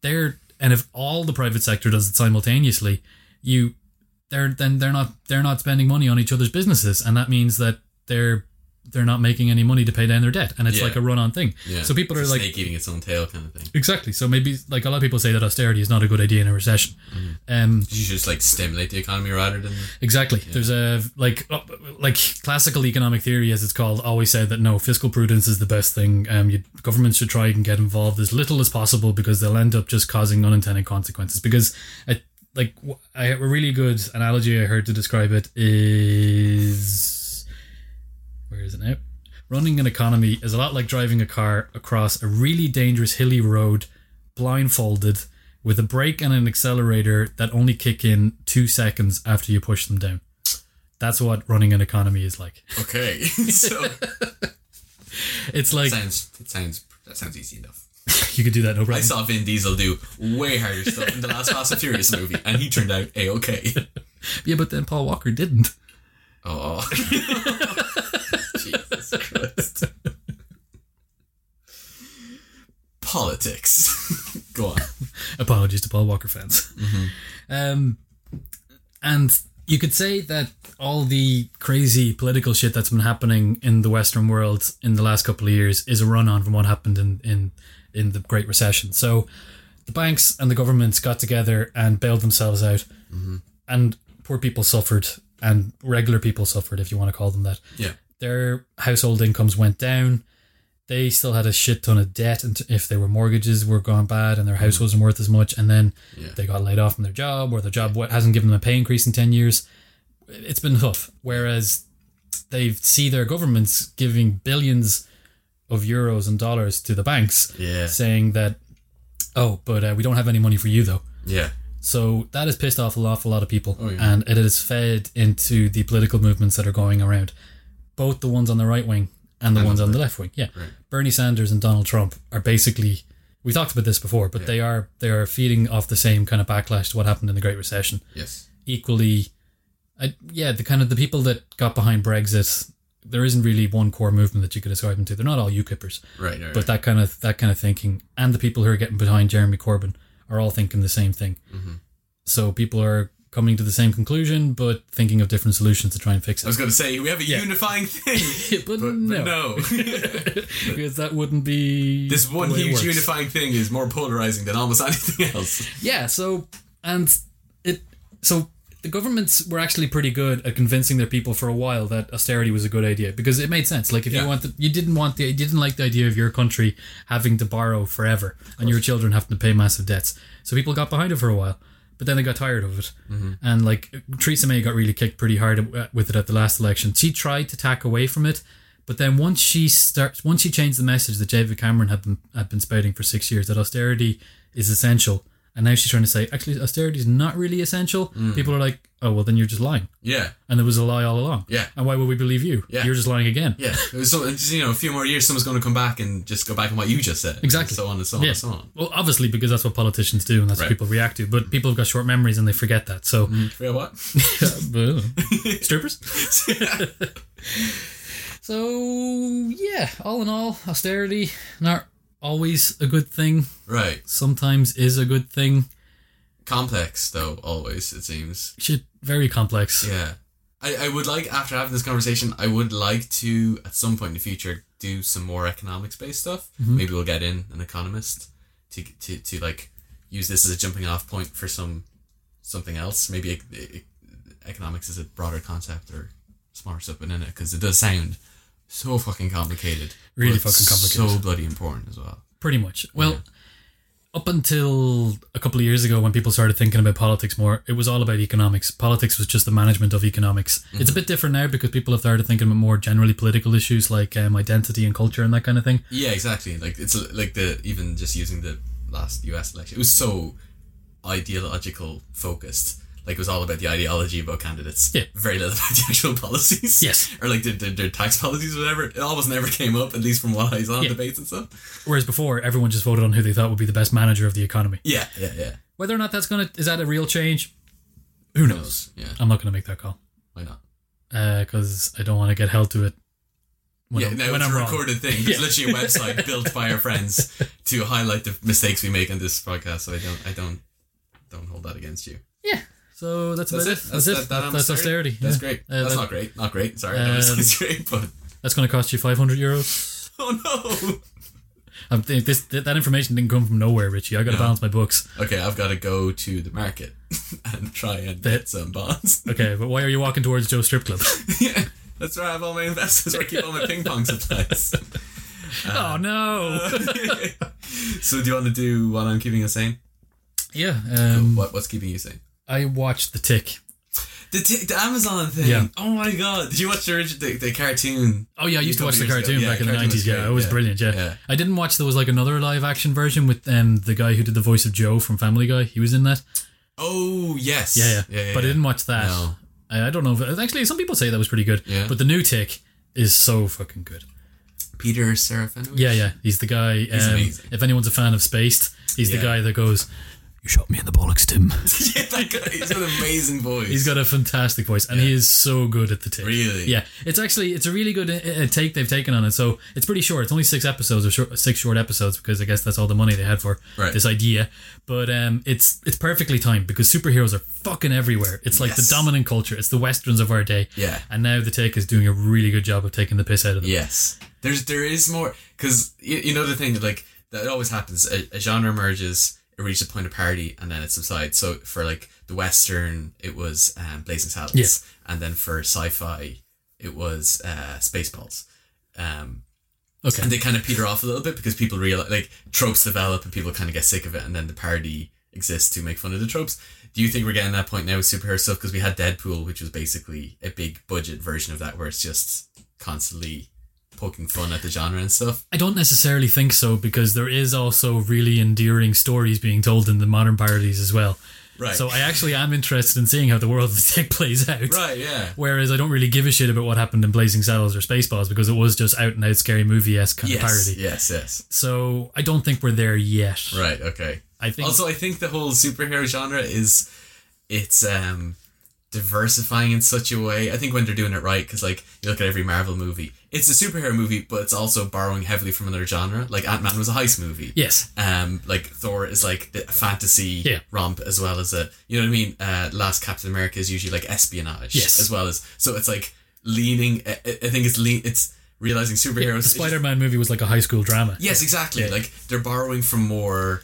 [SPEAKER 2] they're and if all the private sector does it simultaneously, you they're then they're not they're not spending money on each other's businesses, and that means that they're they're not making any money to pay down their debt, and it's
[SPEAKER 1] Yeah.
[SPEAKER 2] like a run on thing.
[SPEAKER 1] yeah.
[SPEAKER 2] So people are
[SPEAKER 1] It's a
[SPEAKER 2] like,
[SPEAKER 1] snake eating its own tail kind of thing.
[SPEAKER 2] exactly. So maybe like a lot of people say that austerity is not a good idea in a recession. Um,
[SPEAKER 1] You should just like stimulate the economy rather than
[SPEAKER 2] Exactly. There's a like oh, like classical economic theory, as it's called, always said that no fiscal prudence is the best thing. Um, you, governments should try and get involved as little as possible because they'll end up just causing unintended consequences. Because I like w- I, a really good analogy I heard to describe it is where is it now? Running an economy is a lot like driving a car across a really dangerous hilly road blindfolded with a brake and an accelerator that only kick in two seconds after you push them down. That's what running an economy is like.
[SPEAKER 1] okay. so
[SPEAKER 2] It's like
[SPEAKER 1] sounds it sounds that sounds easy enough.
[SPEAKER 2] you could do that no
[SPEAKER 1] I
[SPEAKER 2] problem.
[SPEAKER 1] saw Vin Diesel do way harder stuff in the last Fast and Furious movie, and he turned out a okay.
[SPEAKER 2] Yeah, but then Paul Walker didn't.
[SPEAKER 1] Oh, Jesus Christ! Politics. Go on.
[SPEAKER 2] Apologies to Paul Walker fans. Um, and you could say that all the crazy political shit that's been happening in the Western world in the last couple of years is a run on from what happened in in in the Great Recession. So the banks and the governments got together and bailed themselves out, and poor people suffered, and regular people suffered, if you want to call them that.
[SPEAKER 1] Yeah.
[SPEAKER 2] Their household incomes went down. They still had a shit ton of debt, and if their mortgages were gone bad and their house wasn't worth as much, and then
[SPEAKER 1] Hmm. Yeah.
[SPEAKER 2] they got laid off from their job or their job wa- hasn't given them a pay increase in 10 years it's been tough whereas they see their governments giving billions of euros and dollars to the banks
[SPEAKER 1] Yeah.
[SPEAKER 2] saying that oh but uh, we don't have any money for you though
[SPEAKER 1] Yeah.
[SPEAKER 2] so that has pissed off an awful lot of people
[SPEAKER 1] yeah.
[SPEAKER 2] and it has fed into the political movements that are going around both the ones on the right wing and the ones on the left wing yeah bernie sanders and donald trump are basically we talked about this before but they are they are feeding off the same kind of backlash to what happened in the great recession
[SPEAKER 1] Yes.
[SPEAKER 2] equally I, yeah the kind of the people that got behind brexit there isn't really one core movement that you could ascribe them to they're not all ukippers
[SPEAKER 1] Right. right
[SPEAKER 2] but that kind of that kind of thinking and the people who are getting behind Jeremy Corbyn are all thinking the same thing.
[SPEAKER 1] Mm-hmm.
[SPEAKER 2] So people are coming to the same conclusion but thinking of different solutions to try and fix
[SPEAKER 1] I was
[SPEAKER 2] it.
[SPEAKER 1] going to say we have a unifying thing, but,
[SPEAKER 2] But,
[SPEAKER 1] but
[SPEAKER 2] no,
[SPEAKER 1] no.
[SPEAKER 2] because that wouldn't be
[SPEAKER 1] this
[SPEAKER 2] the
[SPEAKER 1] one
[SPEAKER 2] way it
[SPEAKER 1] huge
[SPEAKER 2] works.
[SPEAKER 1] unifying thing is more polarizing than almost anything else.
[SPEAKER 2] Yeah, so and it so the governments were actually pretty good at convincing their people for a while that austerity was a good idea because it made sense. Like if
[SPEAKER 1] Yeah.
[SPEAKER 2] you want the, you didn't want the you didn't like the idea of your country having to borrow forever and your children having to pay massive debts. So people got behind it for a while. But then they got tired of it, and like Theresa May got really kicked pretty hard at- with it at the last election. She tried to tack away from it, but then once she starts, once she changed the message that David Cameron had been had been spouting for six years that austerity is essential, and now she's trying to say actually austerity is not really essential.
[SPEAKER 1] Mm.
[SPEAKER 2] People are like, oh well, then you're just lying,
[SPEAKER 1] Yeah.
[SPEAKER 2] and there was a lie all along.
[SPEAKER 1] Yeah.
[SPEAKER 2] And why would we believe you?
[SPEAKER 1] Yeah.
[SPEAKER 2] You're just lying again.
[SPEAKER 1] Yeah, so it's, you know, a few more years, someone's going to come back and just go back on what you just said.
[SPEAKER 2] Exactly.
[SPEAKER 1] So on and so on
[SPEAKER 2] Yeah.
[SPEAKER 1] and so on.
[SPEAKER 2] Well, obviously because that's what politicians do and that's
[SPEAKER 1] Right. Mm.
[SPEAKER 2] what people react to. But people have got short memories and they forget that. So
[SPEAKER 1] Yeah, what?
[SPEAKER 2] strippers. so yeah, all in all, austerity not always a good thing.
[SPEAKER 1] right.
[SPEAKER 2] Sometimes is a good thing.
[SPEAKER 1] Complex though, always it seems.
[SPEAKER 2] Shit, very complex.
[SPEAKER 1] Yeah. I, I would like after having this conversation, I would like to at some point in the future do some more economics based stuff.
[SPEAKER 3] Mm-hmm.
[SPEAKER 1] Maybe we'll get in an economist to to to like use this as a jumping off point for some something else. Maybe e- e- economics is a broader concept or smarts up and in it because it does sound so fucking complicated.
[SPEAKER 3] Really
[SPEAKER 1] but
[SPEAKER 3] fucking complicated.
[SPEAKER 1] So bloody important as well.
[SPEAKER 2] Pretty much. Well, up until a couple of years ago, when people started thinking about politics more, it was all about economics. Politics was just the management of economics.
[SPEAKER 1] Mm-hmm.
[SPEAKER 2] It's a bit different now because people have started thinking about more generally political issues like um, identity and culture and that kind of thing.
[SPEAKER 1] Yeah, exactly. Like it's l- like the even just using the last U.S. election, it was so ideological focused. Like it was all about the ideology about candidates.
[SPEAKER 2] Yeah.
[SPEAKER 1] Very little about the actual policies.
[SPEAKER 2] Yes.
[SPEAKER 1] Or like their, their, their tax policies or whatever. It almost never came up, at least from what I saw in
[SPEAKER 2] Yeah.
[SPEAKER 1] debates and stuff.
[SPEAKER 2] Whereas before, everyone just voted on who they thought would be the best manager of the economy.
[SPEAKER 1] Yeah, yeah, yeah.
[SPEAKER 2] Whether or not that's going to, is that a real change?
[SPEAKER 1] Who knows? Yeah.
[SPEAKER 2] I'm not going to make that call
[SPEAKER 1] Why not?
[SPEAKER 2] because I don't want to get held to it when,
[SPEAKER 1] yeah,
[SPEAKER 2] I'm,
[SPEAKER 1] now
[SPEAKER 2] when
[SPEAKER 1] it's
[SPEAKER 2] I'm
[SPEAKER 1] a
[SPEAKER 2] wrong.
[SPEAKER 1] recorded thing. It's literally a website built by our friends to highlight the mistakes we make on this podcast. So I don't, I don't, don't hold that against you.
[SPEAKER 2] Yeah. So that's,
[SPEAKER 1] That's
[SPEAKER 2] about
[SPEAKER 1] it.
[SPEAKER 2] it. That's, it.
[SPEAKER 1] that- that
[SPEAKER 2] that's austerity.
[SPEAKER 1] That's
[SPEAKER 2] yeah.
[SPEAKER 1] great.
[SPEAKER 2] Uh,
[SPEAKER 1] that's
[SPEAKER 2] that- Um,
[SPEAKER 1] not great. Not great. Sorry, I don't think it's great, but
[SPEAKER 2] That's going to cost you 500 euros.
[SPEAKER 1] oh
[SPEAKER 2] I'm th- this, th- that information didn't come from nowhere, Richie. I got to balance my books.
[SPEAKER 1] no. Okay, I've got to go to the market and try and get some bonds.
[SPEAKER 2] Okay, but why are you walking towards Joe's strip club?
[SPEAKER 1] yeah, that's where I have all my investments. Where I keep all my ping pong supplies.
[SPEAKER 2] oh no!
[SPEAKER 1] so, do you want to do what I'm keeping you sane?
[SPEAKER 2] yeah, um,
[SPEAKER 1] What, what's keeping you sane?
[SPEAKER 2] I watched The Tick.
[SPEAKER 1] The, t- the Amazon thing.
[SPEAKER 2] Yeah.
[SPEAKER 1] Oh my god! Did you watch the origi- the, the cartoon?
[SPEAKER 2] Oh yeah, I used to watch the
[SPEAKER 1] Couple years ago.
[SPEAKER 2] cartoon
[SPEAKER 1] Yeah,
[SPEAKER 2] back in the
[SPEAKER 1] cartoon was
[SPEAKER 2] nineties. Yeah,
[SPEAKER 1] great,
[SPEAKER 2] it was
[SPEAKER 1] yeah.
[SPEAKER 2] brilliant. Yeah.
[SPEAKER 1] Yeah.
[SPEAKER 2] I didn't watch. There was like another live action version with um, the guy who did the voice of Joe from Family Guy. He was in that.
[SPEAKER 1] Oh yes.
[SPEAKER 2] Yeah, yeah.
[SPEAKER 1] yeah, yeah
[SPEAKER 2] but I
[SPEAKER 1] yeah.
[SPEAKER 2] didn't watch that.
[SPEAKER 1] No.
[SPEAKER 2] I, I don't know. If, actually, some people say that was pretty good.
[SPEAKER 1] Yeah.
[SPEAKER 2] But the new Tick is so fucking good.
[SPEAKER 1] Peter Serafinovich.
[SPEAKER 2] Yeah, yeah. He's the guy. Um,
[SPEAKER 1] amazing.
[SPEAKER 2] If anyone's a fan of Spaced, he's
[SPEAKER 1] Yeah.
[SPEAKER 2] the guy that goes, "You shot me in the bollocks, Tim."
[SPEAKER 1] yeah, that guy. He's got an amazing voice.
[SPEAKER 2] He's got a fantastic voice, and he is so good at the take.
[SPEAKER 1] Really?
[SPEAKER 2] Yeah, it's actually it's a really good uh, uh, take they've taken on it. So it's pretty short. It's only six episodes or short, six short episodes because I guess that's all the money they had for
[SPEAKER 1] Right.
[SPEAKER 2] this idea. But um, it's it's perfectly timed because superheroes are fucking everywhere. It's like
[SPEAKER 1] Yes.
[SPEAKER 2] the dominant culture. It's the westerns of our day.
[SPEAKER 1] Yeah.
[SPEAKER 2] And now the take is doing a really good job of taking the piss out of them.
[SPEAKER 1] Yes, there's there is more because you, you know the thing that like that always happens. A, a genre emerges, it reaches a point of parity, and then it subsides. So for like the western, it was um, Blazing Saddles, and then for sci-fi, it was uh, Spaceballs. Um,
[SPEAKER 2] Okay.
[SPEAKER 1] and they kind of peter off a little bit because people realize like tropes develop and people kind of get sick of it, and then the parody exists to make fun of the tropes. Do you think we're getting that point now with superhero stuff? Because we had Deadpool, which was basically a big budget version of that, where it's just constantly poking fun at the genre and stuff.
[SPEAKER 2] I don't necessarily think so because there is also really endearing stories being told in the modern parodies as well.
[SPEAKER 1] Right.
[SPEAKER 2] So I actually am interested in seeing how the world of the tick plays out.
[SPEAKER 1] right, yeah.
[SPEAKER 2] Whereas I don't really give a shit about what happened in Blazing Saddles or Spaceballs because it was just out and out scary movie esque kind of
[SPEAKER 1] Yes,
[SPEAKER 2] parody.
[SPEAKER 1] yes, yes.
[SPEAKER 2] So I don't think we're there yet.
[SPEAKER 1] Right, okay.
[SPEAKER 2] I think
[SPEAKER 1] Also, I think the whole superhero genre is it's um diversifying in such a way. I think when they're doing it right, because like you look at every Marvel movie, it's a superhero movie, but it's also borrowing heavily from another genre. Like Ant Man was a heist movie.
[SPEAKER 2] yes,
[SPEAKER 1] Um, like Thor is like the fantasy
[SPEAKER 2] Yeah.
[SPEAKER 1] romp as well as a you know what I mean. Uh, Last Captain America is usually like espionage.
[SPEAKER 2] Yes.
[SPEAKER 1] as well as so it's like leaning. I, I I think it's lean. It's realizing superheroes.
[SPEAKER 2] the
[SPEAKER 1] it's just-
[SPEAKER 2] Spider Man movie was like a high school drama.
[SPEAKER 1] Yes, exactly. Like they're borrowing from more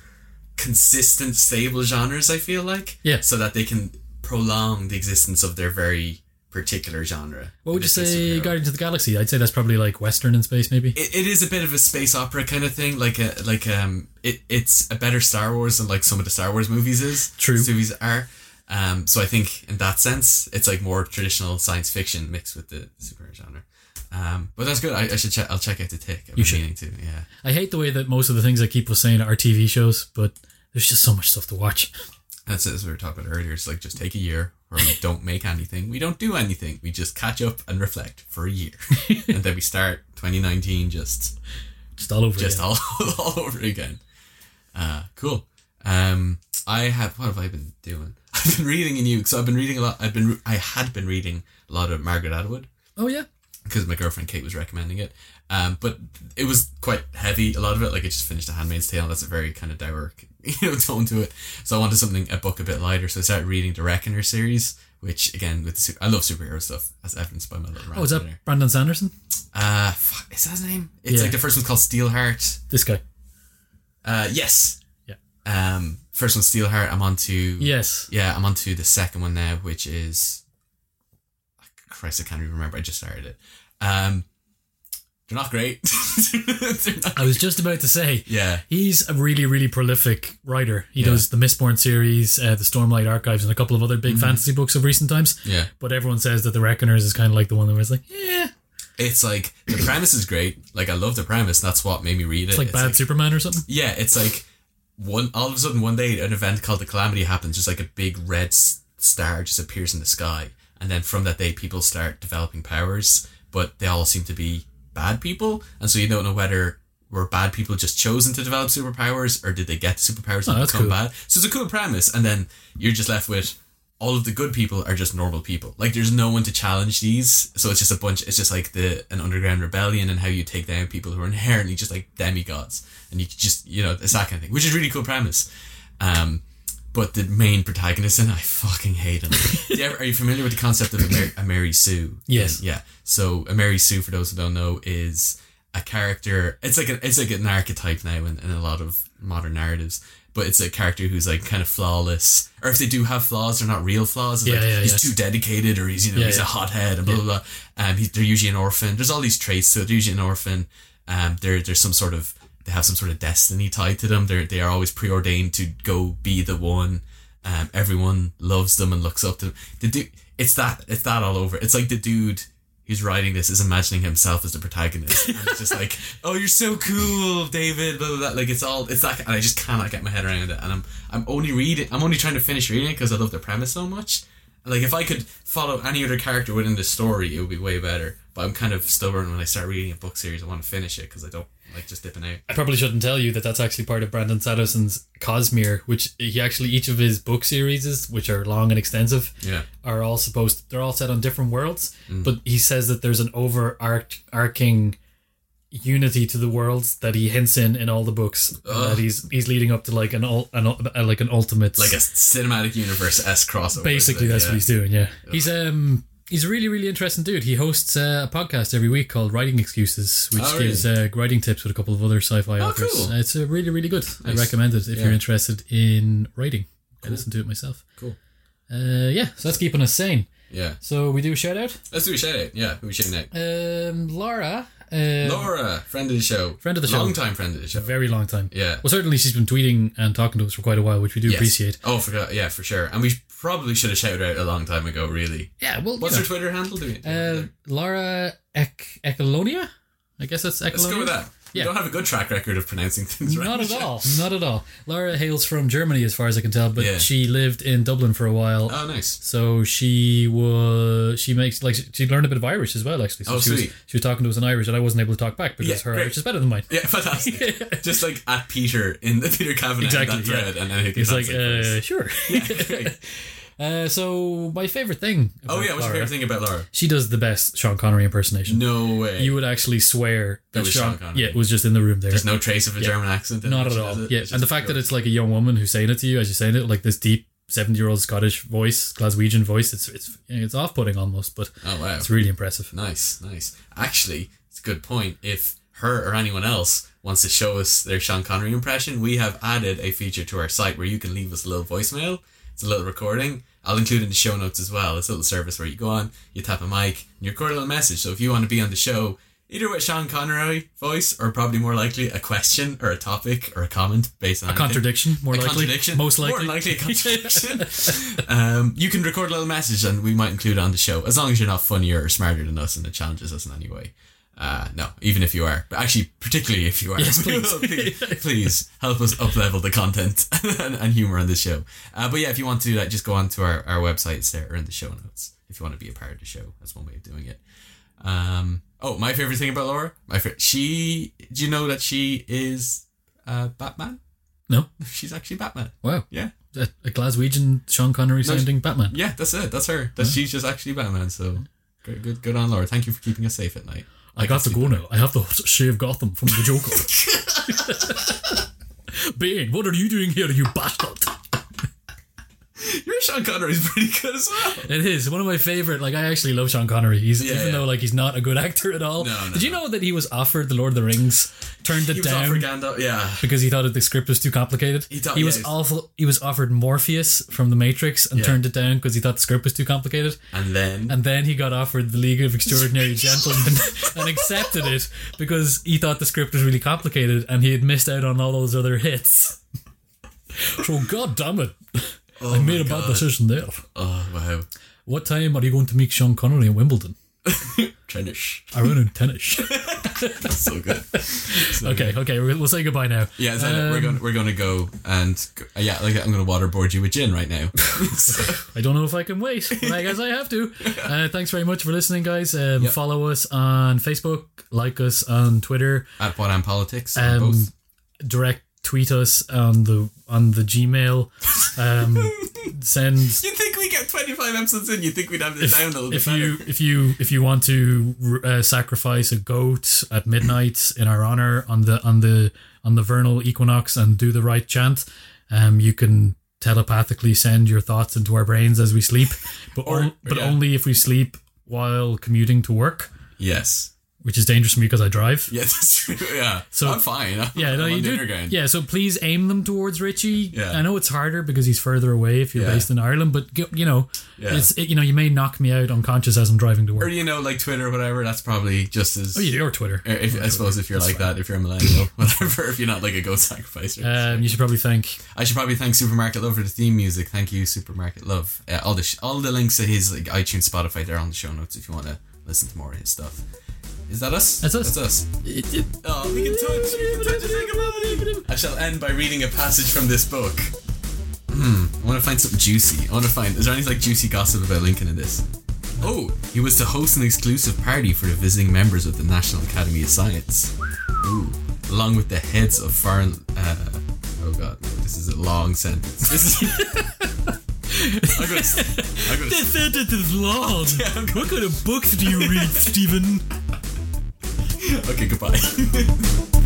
[SPEAKER 1] consistent, stable genres. I feel like.
[SPEAKER 2] Yeah.
[SPEAKER 1] So that they can prolong the existence of their very particular genre.
[SPEAKER 2] What would you
[SPEAKER 1] In this case,
[SPEAKER 2] say,
[SPEAKER 1] superhero.
[SPEAKER 2] Guardians of the Galaxy? I'd say that's probably like Western in space, maybe.
[SPEAKER 1] It, it is a bit of a space opera kind of thing. Like a like um, it, it's a better Star Wars than like some of the Star Wars movies is.
[SPEAKER 2] True.
[SPEAKER 1] Movies are. Um, so I think in that sense, it's like more traditional science fiction mixed with the superhero genre. Um, but that's good. I, I should check. I'll check out the tick. I've you
[SPEAKER 2] should.
[SPEAKER 1] meaning to. Yeah.
[SPEAKER 2] I hate the way that most of the things I keep was saying are TV shows, but there's just so much stuff to watch.
[SPEAKER 1] That's as we were talking about earlier. It's like just take a year where we don't make anything. We don't do anything. We just catch up and reflect for a year, and then we start 2019 just
[SPEAKER 2] Just all over.
[SPEAKER 1] just
[SPEAKER 2] again.
[SPEAKER 1] all, all over again. Uh, cool. Um, I have what have I been doing? I've been reading a new. So I've been reading a lot. I've been re- I had been reading a lot of Margaret Atwood
[SPEAKER 2] oh yeah,
[SPEAKER 1] because my girlfriend Kate was recommending it. Um, but it was quite heavy. A lot of it, like I just finished *A Handmaid's Tale*. That's a very kind of dour, you know, tone to it. So I wanted something a book a bit lighter. So I started reading the *Reckoner* series, which again with the su- I love superhero stuff, as evidenced by my little rant
[SPEAKER 2] oh is that
[SPEAKER 1] earlier.
[SPEAKER 2] Brandon Sanderson?
[SPEAKER 1] Uh, fuck, is that his name? It's
[SPEAKER 2] Yeah.
[SPEAKER 1] like the first one's called *Steelheart*.
[SPEAKER 2] This guy.
[SPEAKER 1] Uh, yes.
[SPEAKER 2] Yeah.
[SPEAKER 1] Um, first one's *Steelheart*. I'm on to
[SPEAKER 2] Yes.
[SPEAKER 1] yeah, I'm on to the second one now, which is ah, Christ, I can't even remember. I just started it. Um, they're not great. They're not-
[SPEAKER 2] I was just about to say.
[SPEAKER 1] yeah,
[SPEAKER 2] He's a really, really prolific writer. He
[SPEAKER 1] Yeah.
[SPEAKER 2] does the Mistborn series, uh, the Stormlight Archives, and a couple of other big fantasy books of recent times.
[SPEAKER 1] yeah.
[SPEAKER 2] But everyone says that the Reckoners is kind of like the one that was like, eh, yeah,
[SPEAKER 1] It's like the premise is great. Like I love the premise. That's what made me read it.
[SPEAKER 2] it's like Bad Superman or something.
[SPEAKER 1] yeah, it's like one all of a sudden one day an event called the calamity happens, just like a big red s- star just appears in the sky, and then from that day people start developing powers, but they all seem to be bad people, and so you don't know whether were bad people just chosen to develop superpowers or did they get superpowers and
[SPEAKER 2] Oh, that's
[SPEAKER 1] become
[SPEAKER 2] cool.
[SPEAKER 1] bad? So it's a cool premise, and then you're just left with. All of the good people are just normal people. Like there's no one to challenge these, so it's just a bunch. It's just like the an underground rebellion and how you take down people who are inherently just like demigods, and you just you know it's that kind of thing, which is a really cool premise. Um, but the main protagonist and I fucking hate him. Do you ever- are you familiar with the concept of a, Mar- a Mary Sue?
[SPEAKER 2] Yes.
[SPEAKER 1] Yeah. So a Mary Sue, for those who don't know, is a character. It's like an it's like an archetype now in, in a lot of modern narratives. But it's a character who's like kind of flawless, or if they do have flaws, they're not real flaws. It's
[SPEAKER 2] Yeah,
[SPEAKER 1] like
[SPEAKER 2] yeah,
[SPEAKER 1] he's
[SPEAKER 2] yeah.
[SPEAKER 1] too dedicated, or he's you know
[SPEAKER 2] Yeah,
[SPEAKER 1] he's a
[SPEAKER 2] yeah.
[SPEAKER 1] hothead, and blah blah blah. Um, he, they're usually an orphan. There's all these traits, so they're usually an orphan. Um, they're there's some sort of they have some sort of destiny tied to them. They're they are always preordained to go be the one. Um, everyone loves them and looks up to them. The dude, it's that it's that all over. It's like the dude who's writing this is imagining himself as the protagonist. And it's just like, oh, you're so cool, David. Blah blah blah. Like it's all it's that, and I just cannot get my head around it. And I'm I'm only reading. I'm only trying to finish reading it because I love the premise so much. Like if I could follow any other character within the story, it would be way better. But I'm kind of stubborn when I start reading a book series. I want to finish it because I don't like just dipping out.
[SPEAKER 2] I probably shouldn't tell you that that's actually part of Brandon Sanderson's Cosmere, which he actually each of his book series, which are long and extensive,
[SPEAKER 1] Yeah,
[SPEAKER 2] are all supposed they're all set on different worlds.
[SPEAKER 1] Mm.
[SPEAKER 2] But he says that there's an overarching unity to the worlds that he hints in in all the books. and
[SPEAKER 1] Ugh.
[SPEAKER 2] That he's he's leading up to like an ul- an ul- uh, like an ultimate
[SPEAKER 1] like a cinematic universe s crossover.
[SPEAKER 2] basically that's
[SPEAKER 1] yeah.
[SPEAKER 2] what he's doing. Yeah, he's um. He's a really, really interesting dude. He hosts uh, a podcast every week called Writing Excuses, which
[SPEAKER 1] Oh,
[SPEAKER 2] gives uh, writing tips with a couple of other sci-fi
[SPEAKER 1] Oh,
[SPEAKER 2] authors.
[SPEAKER 1] cool.
[SPEAKER 2] Uh, It's uh, really, really good. I
[SPEAKER 1] Nice.
[SPEAKER 2] recommend it if
[SPEAKER 1] Yeah.
[SPEAKER 2] you're interested in writing. I
[SPEAKER 1] Cool.
[SPEAKER 2] listen to it myself.
[SPEAKER 1] Cool.
[SPEAKER 2] Uh, yeah, so that's keeping us sane.
[SPEAKER 1] Yeah,
[SPEAKER 2] So we do a shout out.
[SPEAKER 1] let's do a shout out. Yeah, who we shouting out?
[SPEAKER 2] Um, Laura, uh,
[SPEAKER 1] Laura, friend of the show,
[SPEAKER 2] Friend of the show.
[SPEAKER 1] long time friend of the show.
[SPEAKER 2] very long time.
[SPEAKER 1] Yeah.
[SPEAKER 2] Well, certainly she's been tweeting and talking to us for quite a while, which we do
[SPEAKER 1] Yes.
[SPEAKER 2] appreciate.
[SPEAKER 1] Oh, for, yeah, for sure. And we probably should have shouted out a long time ago. Really.
[SPEAKER 2] Yeah. Well,
[SPEAKER 1] What's
[SPEAKER 2] you
[SPEAKER 1] her Twitter handle? Do we?
[SPEAKER 2] know, uh, Laura Ec- Ecolonia. I guess that's Ecolonia.
[SPEAKER 1] let's go with that.
[SPEAKER 2] yeah.
[SPEAKER 1] We don't have a good track record of pronouncing things right.
[SPEAKER 2] Not at all. Not at all. Laura hails from Germany, as far as I can tell, but
[SPEAKER 1] Yeah.
[SPEAKER 2] she lived in Dublin for a while.
[SPEAKER 1] Oh, nice.
[SPEAKER 2] so she was she makes like she learned a bit of Irish as well actually. So
[SPEAKER 1] Oh,
[SPEAKER 2] she
[SPEAKER 1] sweet.
[SPEAKER 2] was she was talking to us in Irish and I wasn't able to talk back because
[SPEAKER 1] Yeah,
[SPEAKER 2] her
[SPEAKER 1] great.
[SPEAKER 2] Irish is better than mine.
[SPEAKER 1] Yeah, fantastic. Just like at Peter in the Peter Cavanagh
[SPEAKER 2] Exactly,
[SPEAKER 1] that
[SPEAKER 2] yeah.
[SPEAKER 1] thread, and then he
[SPEAKER 2] It's like
[SPEAKER 1] translates
[SPEAKER 2] uh, sure.
[SPEAKER 1] for us. Great.
[SPEAKER 2] Uh, so my favorite thing.
[SPEAKER 1] Oh yeah,
[SPEAKER 2] about
[SPEAKER 1] what's
[SPEAKER 2] Laura-
[SPEAKER 1] your favorite thing about Laura?
[SPEAKER 2] She does the best Sean Connery impersonation.
[SPEAKER 1] No way.
[SPEAKER 2] You would actually swear that,
[SPEAKER 1] was
[SPEAKER 2] Sean,
[SPEAKER 1] Sean Connery.
[SPEAKER 2] Yeah, it was just in the room there.
[SPEAKER 1] There's no trace of a German accent. In
[SPEAKER 2] Not
[SPEAKER 1] it,
[SPEAKER 2] at
[SPEAKER 1] she
[SPEAKER 2] all.
[SPEAKER 1] does it.
[SPEAKER 2] Yeah,
[SPEAKER 1] just
[SPEAKER 2] and the fact that
[SPEAKER 1] pure-
[SPEAKER 2] it's like a young woman who's saying it to you as you're saying it, like this deep seventy-year-old Scottish voice, Glaswegian voice. It's it's you know, it's off-putting almost, but
[SPEAKER 1] oh wow,
[SPEAKER 2] it's really impressive.
[SPEAKER 1] nice, nice. Actually, it's a good point. If her or anyone else wants to show us their Sean Connery impression, we have added a feature to our site where you can leave us a little voicemail. It's a little recording. I'll include in the show notes as well. It's a little service where you go on, you tap a mic, and you record a little message. So if you want to be on the show, either with Sean Connery voice or probably more likely a question or a topic or a comment based on
[SPEAKER 2] A
[SPEAKER 1] anything.
[SPEAKER 2] contradiction, more
[SPEAKER 1] A
[SPEAKER 2] likely,
[SPEAKER 1] contradiction.
[SPEAKER 2] most likely.
[SPEAKER 1] More likely a contradiction. um, you can record a little message and we might include it on the show as long as you're not funnier or smarter than us and it challenges us in any way. Uh, no, even if you are, but actually, particularly if you are,
[SPEAKER 2] Yes, please.
[SPEAKER 1] please, please help us up level the content and, and humor on the show. Uh, but yeah, if you want to do that, just go on to our, our website, it's there or in the show notes. If you want to be a part of the show, that's one way of doing it. Um, oh, my favorite thing about Laura, my favorite, she, do you know that she is uh, Batman?
[SPEAKER 2] No,
[SPEAKER 1] She's actually Batman.
[SPEAKER 2] wow,
[SPEAKER 1] Yeah.
[SPEAKER 2] a, a Glaswegian Sean Connery sounding Batman.
[SPEAKER 1] Yeah, that's it. That's her. That she's just actually Batman. So good, good, good on Laura. Thank you for keeping us safe at night.
[SPEAKER 2] I got to go now. I have to shave Gotham from the Joker. Bane, what are you doing here, you bastard?
[SPEAKER 1] You're Sean Connery's pretty good as well.
[SPEAKER 2] It is one of my favorite. Like I actually love Sean Connery. He's
[SPEAKER 1] Yeah,
[SPEAKER 2] even
[SPEAKER 1] yeah.
[SPEAKER 2] though like he's not a good actor at all.
[SPEAKER 1] No, no,
[SPEAKER 2] Did you know that he was offered the Lord of the Rings, turned it
[SPEAKER 1] He was
[SPEAKER 2] down
[SPEAKER 1] offered Gandalf. Yeah.
[SPEAKER 2] because he thought that the script was too complicated?
[SPEAKER 1] He thought- yeah,
[SPEAKER 2] was
[SPEAKER 1] he's-
[SPEAKER 2] awful. He was offered Morpheus from The Matrix and
[SPEAKER 1] Yeah.
[SPEAKER 2] turned it down because he thought the script was too complicated.
[SPEAKER 1] And then.
[SPEAKER 2] And then he got offered the League of Extraordinary Gentlemen and accepted it because he thought the script was really complicated and he had missed out on all those other hits. So god damn it,
[SPEAKER 1] oh
[SPEAKER 2] I made
[SPEAKER 1] my
[SPEAKER 2] a bad
[SPEAKER 1] God.
[SPEAKER 2] decision there.
[SPEAKER 1] Oh, wow.
[SPEAKER 2] What time are you going to meet Sean Connery in Wimbledon?
[SPEAKER 1] Trenish.
[SPEAKER 2] Around tennis.
[SPEAKER 1] So good. So good.
[SPEAKER 2] okay, okay, we'll, we'll say goodbye now.
[SPEAKER 1] Yeah, so we're
[SPEAKER 2] Um,
[SPEAKER 1] going we're going to go and go, yeah, like I'm going to waterboard you with gin right now. So-
[SPEAKER 2] I don't know if I can wait, but I guess I have to. Uh, thanks very much for listening, guys. Um,
[SPEAKER 1] Yep.
[SPEAKER 2] Follow us on Facebook, like us on Twitter,
[SPEAKER 1] At what and politics, on
[SPEAKER 2] um,
[SPEAKER 1] both.
[SPEAKER 2] direct tweet us on the on the Gmail. Um, send
[SPEAKER 1] You think we get 25 episodes in? You think we'd have this down a little bit
[SPEAKER 2] if
[SPEAKER 1] better?
[SPEAKER 2] you if you if you want to uh, sacrifice a goat at midnight in our honor on the on the on the vernal equinox and do the right chant, um, you can telepathically send your thoughts into our brains as we sleep, but
[SPEAKER 1] Or-
[SPEAKER 2] on- but
[SPEAKER 1] yeah.
[SPEAKER 2] only if we sleep while commuting to work,
[SPEAKER 1] Yes.
[SPEAKER 2] which is dangerous for me because I drive.
[SPEAKER 1] Yeah, that's true. Yeah.
[SPEAKER 2] So-
[SPEAKER 1] I'm fine. I'm,
[SPEAKER 2] Yeah, no,
[SPEAKER 1] I'm
[SPEAKER 2] you
[SPEAKER 1] on
[SPEAKER 2] do.
[SPEAKER 1] dinner ground.
[SPEAKER 2] Yeah, so please aim them towards Richie.
[SPEAKER 1] Yeah.
[SPEAKER 2] I know it's harder because he's further away if you're
[SPEAKER 1] Yeah.
[SPEAKER 2] based in Ireland, but g- you know,
[SPEAKER 1] Yeah.
[SPEAKER 2] it's it, you know, you may knock me out unconscious as I'm driving to
[SPEAKER 1] Or,
[SPEAKER 2] work.
[SPEAKER 1] you know, like Twitter or whatever, that's probably just as.
[SPEAKER 2] Oh, yeah, or Twitter.
[SPEAKER 1] or If, I suppose if you're like that, if you're a millennial, whatever, if you're not like a goat sacrificer.
[SPEAKER 2] Um, you should probably thank.
[SPEAKER 1] I should probably thank Supermarket Love for the theme music. Thank you, Supermarket Love. Uh, all the sh- all the links to his like iTunes, Spotify, they're on the show notes if you want to listen to more of his stuff. Is that us?
[SPEAKER 2] That's us.
[SPEAKER 1] That's us. Oh, we can touch. We can touch. It's like a melody. I shall end by reading a passage from this book. Hmm. I want to find something juicy. I want to find. Is there anything like juicy gossip about Lincoln in this? Oh, he was to host an exclusive party for the visiting members of the National Academy of Science. Ooh, along with the heads of foreign. Uh, oh god, no, this is a long sentence. This is. I'm gonna. s- I'm gonna. s-
[SPEAKER 2] sentence is long.
[SPEAKER 1] I'm gonna-
[SPEAKER 2] What kind of books do you read, Stephen?
[SPEAKER 1] Okay, goodbye.